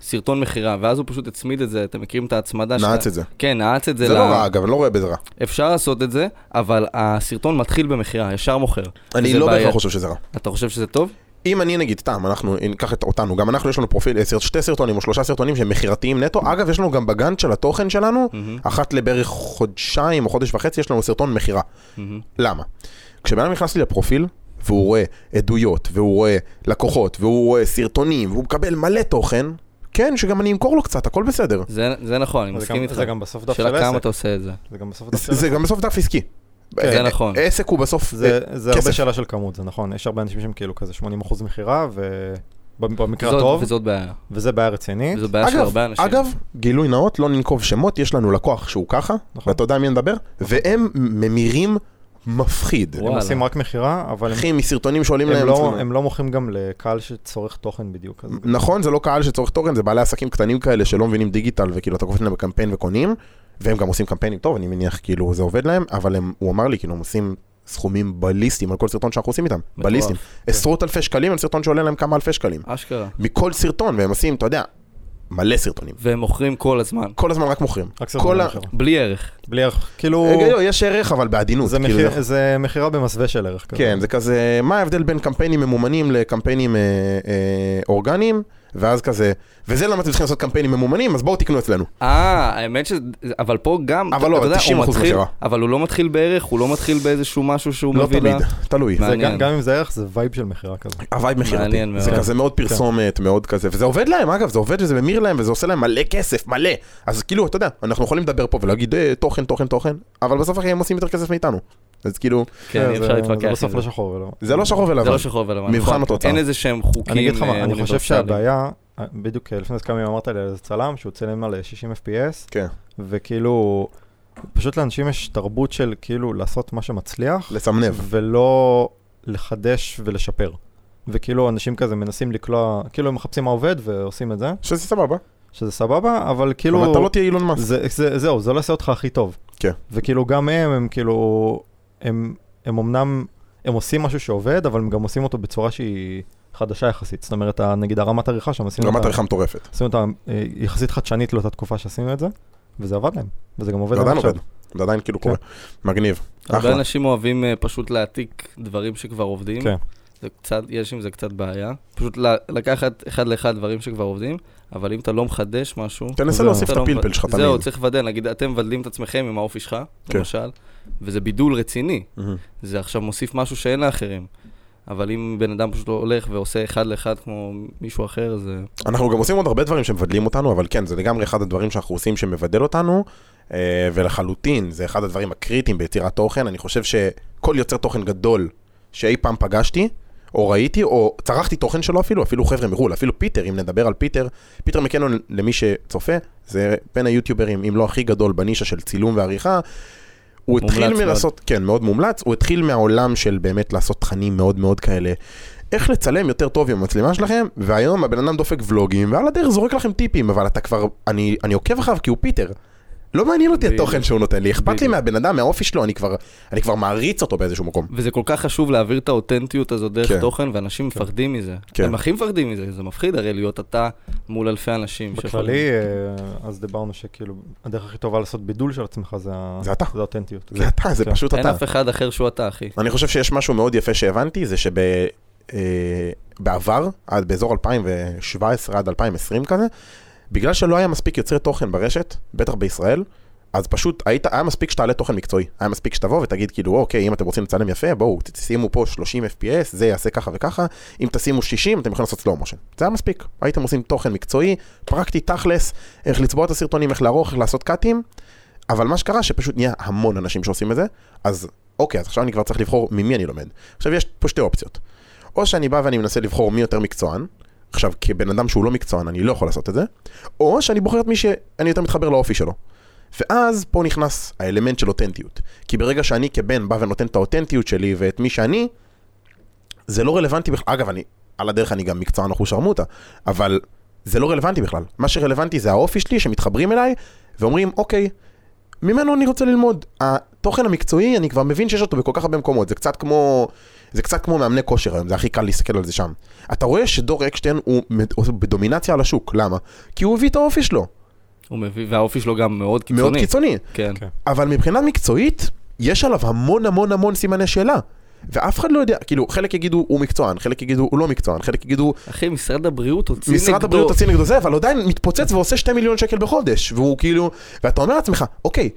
Speaker 1: סרטון מכירה, ואז הוא פשוט הצמיד את זה, אתם מכירים את ההצמדה
Speaker 2: נעץ את זה.
Speaker 1: כן, נעץ את זה.
Speaker 2: זה לא
Speaker 1: ל-
Speaker 2: רע אגב, אני לא רואה בזה רע.
Speaker 1: אפשר לעשות את זה, אבל הסרטון מתחיל במכירה, ישר מוכר.
Speaker 2: אני
Speaker 1: זה
Speaker 2: לא
Speaker 1: בעיה.
Speaker 2: בהכרח חושב שזה רע.
Speaker 1: אתה חושב שזה טוב?
Speaker 2: אם אני נגיד, סתם, אנחנו ניקח את אותנו, גם אנחנו יש לנו פרופיל, אה, סרט- שתי סרטונים או שלושה סרטונים שהם מכירתיים נטו, אגב יש לנו גם בגאנט של התוכן שלנו,
Speaker 1: מהמם,
Speaker 2: אחת לבערך חודשיים או חודש וחצי יש לנו סרטון מכירה.
Speaker 1: מהמם.
Speaker 2: למה? כשבן אדם נכנס לי לפרופיל, והוא רואה עדויות, והוא רואה לקוחות, והוא רואה סרטונים, והוא מקבל מלא תוכן, כן, שגם אני אמכור לו קצת, הכל בסדר.
Speaker 1: זה זה נכון, אני
Speaker 3: זה
Speaker 1: מסכים
Speaker 3: גם-
Speaker 1: איתך.
Speaker 3: זה גם בסוף דף של
Speaker 1: שאלה כמה
Speaker 3: עסק.
Speaker 1: אתה עושה את זה.
Speaker 3: זה גם בסוף דף של עסק.
Speaker 2: זה גם בסוף דף עסקי.
Speaker 1: זה
Speaker 2: אה,
Speaker 1: נכון.
Speaker 2: עסק הוא בסוף...
Speaker 3: כן, זה- זה הרבה
Speaker 2: כסף.
Speaker 3: שאלה של כמות, זה נכון. יש הרבה אנשים שהם כאילו כזה 80% מכירה, ובמקרה
Speaker 1: זאת-
Speaker 3: הטוב,
Speaker 1: וזאת בעיה.
Speaker 3: וזה בעיה רצינית.
Speaker 1: וזו בעיה של
Speaker 2: אה, אגב,
Speaker 1: הרבה אנשים.
Speaker 2: אגב, גילוי נאות, לא ננקוב שמות, יש לנו לקוח שהוא ככה,
Speaker 3: נכון.
Speaker 2: ואתה יודע על מי אני מדבר, והם ממירים מפחיד.
Speaker 1: וואו.
Speaker 3: הם
Speaker 1: וואלה.
Speaker 3: עושים רק מכירה, אבל הם-
Speaker 2: אחי, מסרטונים שעולים
Speaker 3: הם
Speaker 2: להם...
Speaker 3: לא- הם לא מוכרים גם לקהל שצורך תוכן בדיוק. אז-
Speaker 2: נכון, זה לא קהל שצורך תוכן, זה בעלי עסקים קטנים כאלה שלא מבינים דיגיטל, וכאילו אתה קופץ להם בקמפיין וקונים, והם גם עושים קמפיינים טוב, אני מניח כאילו זה עובד להם, אבל הם, הוא אמר לי, כאילו הם עושים סכומים בליסטיים על כל סרטון שאנחנו עושים איתם,
Speaker 1: מטורף.
Speaker 2: בליסטיים.
Speaker 3: כן.
Speaker 2: עשרות אלפי שקלים על סרטון שעולה להם כמה אלפי שקלים.
Speaker 1: אשכרה.
Speaker 2: מכל סרטון, והם עושים, אתה יודע, מלא סרטונים.
Speaker 1: והם מוכרים כל הזמן,
Speaker 2: כל הזמן רק מוכרים.
Speaker 3: רק
Speaker 2: כל
Speaker 3: סרטונים
Speaker 2: ה-
Speaker 3: אחרים.
Speaker 1: בלי ערך.
Speaker 3: בלי ערך, כאילו,
Speaker 2: רגע, לא, יש ערך, אבל בעדינות.
Speaker 3: זה
Speaker 2: כאילו,
Speaker 3: מחיר-
Speaker 2: אנחנו-
Speaker 3: זה מכירה במסווה של ערך. כזה.
Speaker 2: כן, זה כזה, מה ההבדל בין קמפיינים ממומנים לקמפיינים אה, אה, אורגניים, ואז כזה, וזה למה אתם צריכים לעשות קמפיינים ממומנים, אז בואו תקנו אצלנו.
Speaker 1: אה, האמת ש... אבל פה גם,
Speaker 2: אבל לא,
Speaker 1: אתה יודע, הוא
Speaker 2: 90%
Speaker 1: מתחיל-
Speaker 2: מכירה.
Speaker 1: אבל הוא לא מתחיל בערך, הוא לא מתחיל באיזשהו משהו שהוא
Speaker 2: לא
Speaker 1: מביא לה...
Speaker 2: תמיד, תלוי.
Speaker 3: זה
Speaker 1: מעניין.
Speaker 3: גם- גם אם זה ערך, זה וייב של מכירה כזה.
Speaker 2: הווייב מכירתי,
Speaker 1: מעניין
Speaker 2: זה
Speaker 1: מאוד.
Speaker 2: כזה מאוד
Speaker 3: כן.
Speaker 2: פרסומת, מאוד כזה, וזה עובד להם, אגב, זה עובד וזה ממיר להם, וזה עושה להם מלא כסף, מלא. אז כאילו, אתה יודע, אנחנו יכולים לדבר פה ולהגיד, "אה, תוכן, תוכן, תוכן, אבל בסוף אחי הם עושים יותר כסף מאיתנו. אז כאילו,
Speaker 1: כן, אי
Speaker 3: זה-
Speaker 1: אפשר להתווכח
Speaker 3: זה
Speaker 1: עם
Speaker 3: בסוף
Speaker 1: זה.
Speaker 3: לא שחור ולא.
Speaker 2: זה לא שחור
Speaker 1: זה
Speaker 2: ולבן.
Speaker 1: לא שחור ולבן.
Speaker 2: מבחן
Speaker 1: נכון.
Speaker 2: התוצאה.
Speaker 1: אין איזה שהם חוקים
Speaker 3: אני אגיד לך מה,
Speaker 1: אה,
Speaker 3: אני חושב
Speaker 1: אוניברסליים.
Speaker 3: שהבעיה, אה, בדיוק לפני כמה ימים אמרת לי על איזה צלם שהוא צילם על אה, 60 FPS,
Speaker 2: כן.
Speaker 3: וכאילו, פשוט לאנשים יש תרבות של כאילו לעשות מה שמצליח,
Speaker 2: לסמנב.
Speaker 3: ולא לחדש ולשפר. וכאילו אנשים כזה מנסים לקלוע, כאילו הם מחפשים מה עובד ועושים את זה,
Speaker 2: שזה סבבה,
Speaker 3: שזה סבבה, אבל כאילו...
Speaker 2: אבל אתה לא תהיה אילון מאסק.
Speaker 3: זה, זה, זהו, זה לא יעשה אותך הכי טוב.
Speaker 2: כן.
Speaker 3: וכאילו גם הם, הם כאילו, הם, הם אמנם, הם עושים משהו שעובד, אבל הם גם עושים אותו בצורה שהיא חדשה יחסית. זאת אומרת, ה- נגיד הרמת עריכה שם, עשינו
Speaker 2: רמת
Speaker 3: אותה,
Speaker 2: עריכה מטורפת.
Speaker 3: עשינו אותה אה, יחסית חדשנית לאותה תקופה שעשינו את זה, וזה עבד להם, וזה גם עובד
Speaker 2: זה
Speaker 3: להם
Speaker 2: עדיין
Speaker 3: עכשיו.
Speaker 2: עובד, זה עדיין כאילו
Speaker 3: כן.
Speaker 2: קורה. מגניב.
Speaker 1: הרבה
Speaker 2: אחלה.
Speaker 1: אנשים אוהבים אה, פשוט להעתיק דברים שכבר עובדים.
Speaker 3: כן.
Speaker 1: זה קצת, יש עם זה קצת בעיה. פשוט ל- לקחת אחד לאחד דברים שכבר עובדים, אבל אם אתה לא מחדש משהו...
Speaker 2: תנסה
Speaker 3: זהו.
Speaker 2: להוסיף את
Speaker 1: אתה לא
Speaker 2: הפלפל
Speaker 1: מבד-
Speaker 2: שלך תמיד.
Speaker 1: זהו, צריך לבדל. נגיד, אתם מבדלים את עצמכם עם האופי שלך,
Speaker 2: כן.
Speaker 1: למשל, וזה בידול רציני.
Speaker 2: מהמם.
Speaker 1: זה עכשיו מוסיף משהו שאין לאחרים. אבל אם בן אדם פשוט הולך ועושה אחד לאחד כמו מישהו אחר, זה...
Speaker 2: אנחנו גם עושים עוד הרבה דברים שמבדלים אותנו, אבל כן, זה לגמרי אחד הדברים שאנחנו עושים שמבדל אותנו, אה, ולחלוטין, זה אחד הדברים הקריטיים ביצירת תוכן. אני חושב שכל יוצר תוכן גדול שאי פעם פגשתי, או ראיתי, או צרכתי תוכן שלו אפילו, אפילו חבר'ה מחו"ל, אפילו פיטר, אם נדבר על פיטר, פיטר מקנון, למי שצופה, זה בין היוטיוברים, אם לא הכי גדול, בנישה של צילום ועריכה. הוא התחיל
Speaker 1: מומלץ מאוד.
Speaker 2: מלעשות, כן, מאוד מומלץ, הוא התחיל מהעולם של באמת לעשות תכנים מאוד מאוד כאלה. איך לצלם יותר טוב עם המצלמה שלכם, והיום הבן אדם דופק ולוגים, ועל הדרך זורק לכם טיפים, אבל אתה כבר, אני, אני עוקב אחריו כי הוא פיטר. לא מעניין אותי
Speaker 1: בדיוק.
Speaker 2: התוכן שהוא נותן לי, אכפת לי
Speaker 1: בדיוק.
Speaker 2: מהבן אדם, מהאופי שלו, אני כבר, אני כבר מעריץ אותו באיזשהו מקום.
Speaker 1: וזה כל כך חשוב להעביר את האותנטיות הזאת דרך
Speaker 2: כן.
Speaker 1: כן. תוכן, ואנשים כן. מפחדים מזה.
Speaker 2: כן.
Speaker 1: כן. הם הכי מפחדים מזה, זה מפחיד הרי להיות אתה מול אלפי אנשים. שיכולים-
Speaker 3: בכללי, אה, אז דיברנו שכאילו, הדרך הכי טובה לעשות בידול של עצמך זה ה-
Speaker 2: זה אתה.
Speaker 3: זה האותנטיות.
Speaker 2: זה אתה, זה
Speaker 3: כן.
Speaker 2: פשוט
Speaker 1: אין
Speaker 2: אתה.
Speaker 1: אף אחד אחר שהוא אתה, אחי.
Speaker 2: אני חושב שיש משהו מאוד יפה שהבנתי, זה שבעבר, עד באזור 2017 עד 2020 כזה, בגלל שלא היה מספיק יוצרי תוכן ברשת, בטח בישראל, אז פשוט היית, היה מספיק שתעלה תוכן מקצועי. היה מספיק שתבוא ותגיד כאילו, אוקיי, אם אתם רוצים לצלם יפה, בואו, ת- תשימו פה 30 FPS, זה יעשה ככה וככה, אם תשימו 60, אתם יכולים לעשות slow motion. זה היה מספיק. הייתם עושים תוכן מקצועי, פרקטי, תכלס, איך לצבוע את הסרטונים, איך לערוך, איך לעשות קאטים, אבל מה שקרה, שפשוט נהיה המון אנשים שעושים את זה, אז אוקיי, אז עכשיו אני כבר צריך לבחור ממי אני לומד. עכשיו יש פה שתי אופציות. או שאני בא ואני מנסה לבחור מי יותר מקצוען, עכשיו כבן אדם שהוא לא מקצוען אני לא יכול לעשות את זה, או שאני בוחר את מי שאני יותר מתחבר לאופי שלו. ואז פה נכנס האלמנט של אותנטיות. כי ברגע שאני כבן בא ונותן את האותנטיות שלי ואת מי שאני, זה לא רלוונטי בכלל. אגב, אני, על הדרך אני גם מקצוען אחוז שרמוטה, אבל זה לא רלוונטי בכלל. מה שרלוונטי זה האופי שלי שמתחברים אליי ואומרים, אוקיי, ממנו אני רוצה ללמוד. התוכן המקצועי, אני כבר מבין שיש אותו בכל כך הרבה מקומות. זה קצת כמו, זה קצת כמו מאמני כושר היום, זה הכי קל להסתכל על זה שם. אתה רואה שדור אקשטיין הוא מד- הוא בדומינציה על השוק, למה? כי הוא הביא את האופי שלו,
Speaker 1: הוא מביא, והאופי שלו גם מאוד קיצוני.
Speaker 2: מאוד קיצוני.
Speaker 1: כן.
Speaker 3: כן.
Speaker 2: אבל מבחינה מקצועית, יש עליו המון המון המון סימני שאלה. ואף אחד לא יודע, כאילו, חלק יגידו הוא מקצוען, חלק יגידו הוא לא מקצוען, חלק יגידו
Speaker 1: אחי, משרד הבריאות הוציא נגדו.
Speaker 2: משרד הבריאות הוציא נגדו זה, אבל הוא עדיין מתפוצץ ועושה 2 מיליון שקל בחודש, והוא כאילו, ואתה אומר לעצמך, אוקיי,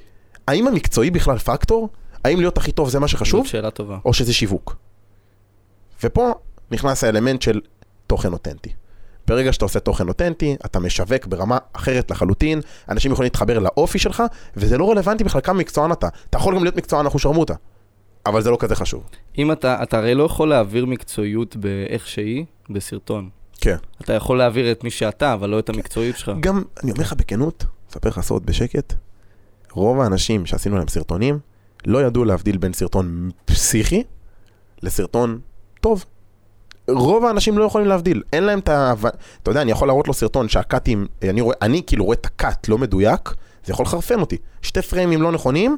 Speaker 2: האם המקצועי בכלל פקטור? האם להיות הכי טוב זה מה שחשוב?
Speaker 1: זאת שאלה טובה.
Speaker 2: או שזה שיווק. ופה נכנס האלמנט של תוכן אותנטי. ברגע שאתה עושה תוכן אותנטי, אתה משווק ברמה אחרת לחלוטין, אנשים יכולים להתחבר לאופי שלך, וזה לא רלוונטי בכלל כמה מקצוען אתה. אתה יכול גם להיות מקצוען אחושרמוטה, אבל זה לא כזה חשוב.
Speaker 1: אם אתה, אתה הרי לא יכול להעביר מקצועיות באיך שהיא, בסרטון.
Speaker 2: כן.
Speaker 1: אתה יכול להעביר את מי שאתה, אבל לא את המקצועיות שלך.
Speaker 2: גם, אני אומר לך בכנות, אספר לך סוד בשקט, רוב האנשים שעשינו להם סרטונים, לא ידעו להבדיל בין סרטון פסיכי לסרטון טוב. רוב האנשים לא יכולים להבדיל, אין להם את ה... אתה יודע, אני יכול להראות לו סרטון שהקאטים, אני, רואה, אני כאילו רואה את הקאט לא מדויק, זה יכול לחרפן אותי. שתי פריימים לא נכונים,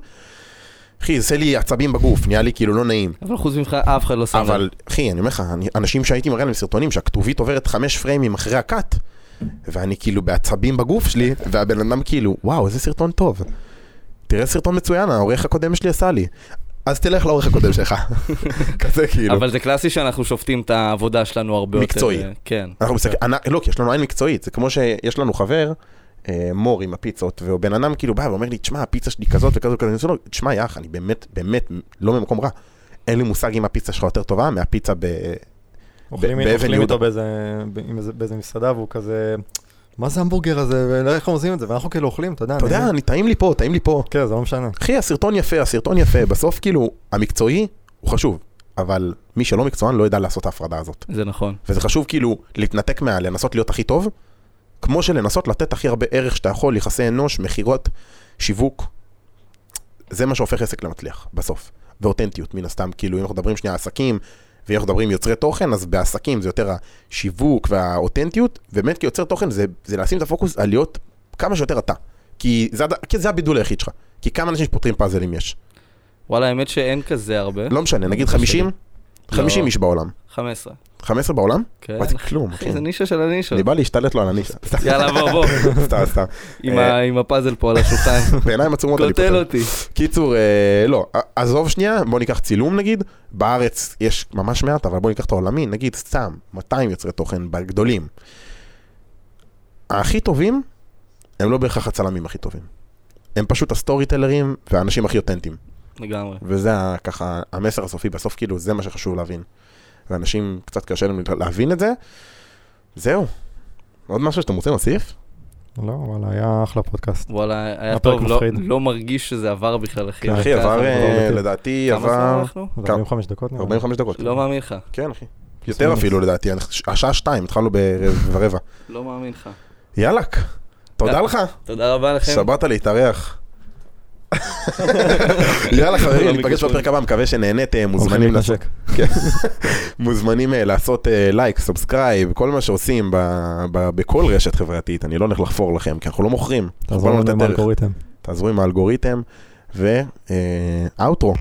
Speaker 2: אחי, זה עושה לי עצבים בגוף, נהיה לי כאילו לא נעים.
Speaker 1: אבל חוץ ממך, אף אחד לא שם לב.
Speaker 2: אבל, אחי, אני אומר לך, אני- אנשים שהייתי מראה להם סרטונים שהכתובית עוברת חמש פריימים אחרי הקאט, ואני כאילו בעצבים בגוף שלי, והבן אדם כאילו, וואו, איזה סרטון טוב. תראה סרטון מצוין, העורך הקודם שלי עשה לי. אז תלך לעורך הקודם שלך. כזה כאילו.
Speaker 1: אבל זה קלאסי שאנחנו שופטים את העבודה שלנו הרבה יותר.
Speaker 2: מקצועי.
Speaker 1: אה, כן.
Speaker 2: אנחנו מסתכלים, אנ- לא, כי יש לנו עין מקצועית, זה כמו שיש לנו חבר, אה, מור עם הפיצות, ובן אדם כאילו בא ואומר לי, תשמע, הפיצה שלי כזאת וכזאת וכזאת, אני עושה לו, תשמע, יאח, אני באמת, באמת, לא ממקום רע. אין לי מושג אם הפיצה שלך יותר טובה מהפיצה ב...
Speaker 3: אוכלים
Speaker 2: באבן
Speaker 3: אוכלים
Speaker 2: יהודה.
Speaker 3: איתו באיזה- עם איזה- באיזה מסעדה, והוא כזה, מה זה המבורגר הזה, ואיך הם עושים את זה, ואנחנו כאילו אוכלים, אתה יודע.
Speaker 2: אתה
Speaker 1: אה.
Speaker 2: יודע,
Speaker 3: אני-
Speaker 2: אני טעים לי פה, טעים לי פה.
Speaker 3: כן, זה לא משנה.
Speaker 2: אחי, הסרטון יפה, הסרטון יפה, בסוף כאילו, המקצועי הוא חשוב, אבל מי שלא מקצוען לא ידע לעשות את ההפרדה הזאת.
Speaker 1: זה נכון.
Speaker 2: וזה חשוב כאילו להתנתק מה, לנסות להיות הכי טוב, כמו שלנסות לתת הכי הרבה ערך שאתה יכול, יחסי אנוש, מכירות, שיווק. זה מה שהופך עסק למצליח, בסוף. ואותנטיות, מן הסתם, כאילו, אם אנחנו מדברים שנייה על עסקים, ואם אנחנו מדברים יוצרי תוכן, אז בעסקים זה יותר השיווק והאותנטיות, ובאמת כיוצר תוכן זה, זה לשים את הפוקוס על להיות כמה שיותר אתה. כי זה, הד- כי זה הבידול היחיד שלך. כי כמה אנשים שפותרים פאזלים יש? וואלה,
Speaker 1: וואלה, האמת שאין כזה הרבה.
Speaker 2: לא משנה, נגיד 50? 50 איש בעולם.
Speaker 1: 15.
Speaker 2: 15 בעולם?
Speaker 1: כן.
Speaker 2: מה זה כלום, אחי.
Speaker 1: אחי, זה נישה של הנישות.
Speaker 2: אני בא להשתלט לו על הניסה.
Speaker 1: יאללה, בוא, בוא.
Speaker 2: סתם, סתם.
Speaker 1: עם
Speaker 2: אה.
Speaker 1: ה- עם הפאזל פה על השולחן.
Speaker 2: בעיניים עצומות אני
Speaker 1: קוטל
Speaker 2: פותר.
Speaker 1: אותי.
Speaker 2: קיצור, אה, לא, ע- עזוב שנייה, בוא ניקח צילום נגיד. בארץ יש ממש מעט, אבל בוא ניקח את העולמי, נגיד סתם 200 יוצרי תוכן בגדולים. הכי טובים, הם לא בהכרח הצלמים הכי טובים. הם פשוט הסטורי טלרים והאנשים הכי אותנטיים.
Speaker 1: לגמרי.
Speaker 2: וזה ה- ככה המסר הסופי, בסוף כאילו זה מה שחשוב להבין. ואנשים קצת קשה להם להבין את זה. זהו. עוד משהו שאתם רוצים להוסיף?
Speaker 3: לא, וואלה, היה אחלה פודקאסט.
Speaker 1: וואלה, היה
Speaker 3: הפרק
Speaker 1: טוב, לא-
Speaker 3: מפחיד.
Speaker 1: לא מרגיש שזה עבר בכלל, אחי.
Speaker 2: כן, אחי,
Speaker 1: דקה
Speaker 2: עבר,
Speaker 1: כן, אחת.
Speaker 2: אה,
Speaker 3: אמיתי.
Speaker 2: לדעתי
Speaker 1: כמה זמן
Speaker 2: עבר
Speaker 1: אנחנו?
Speaker 3: זה
Speaker 2: כמה?
Speaker 3: 45 דקות נראה לי.
Speaker 2: 45 דקות.
Speaker 1: לא מאמין לך,
Speaker 2: כן, אחי. יותר
Speaker 3: מינוס.
Speaker 2: אפילו לדעתי, אני- השעה שתיים, התחלנו ברבע ורבע.
Speaker 1: לא מאמין לך.
Speaker 2: יאלק, תודה לך,
Speaker 1: תודה רבה לכם.
Speaker 2: שבאת להתארח. יאללה
Speaker 1: לא,
Speaker 2: חברים, ניפגש בפרק הבא, מקווה
Speaker 1: אוקיי,
Speaker 2: שנהניתם, מוזמנים
Speaker 3: אוכלים
Speaker 2: לעשות-
Speaker 3: מתנשק.
Speaker 2: מוזמנים אה, לעשות אה, לייק, סאבסקרייב, כל מה שעושים ב- ב- בכל רשת חברתית, אני לא הולך לחפור לכם, כי אנחנו לא מוכרים. אנחנו
Speaker 3: תעזור
Speaker 2: באנו
Speaker 3: לנו
Speaker 2: לתת
Speaker 3: עם
Speaker 2: ערך.
Speaker 3: האלגוריתם.
Speaker 2: אה, תעזרו עם האלגוריתם, ואוטרו.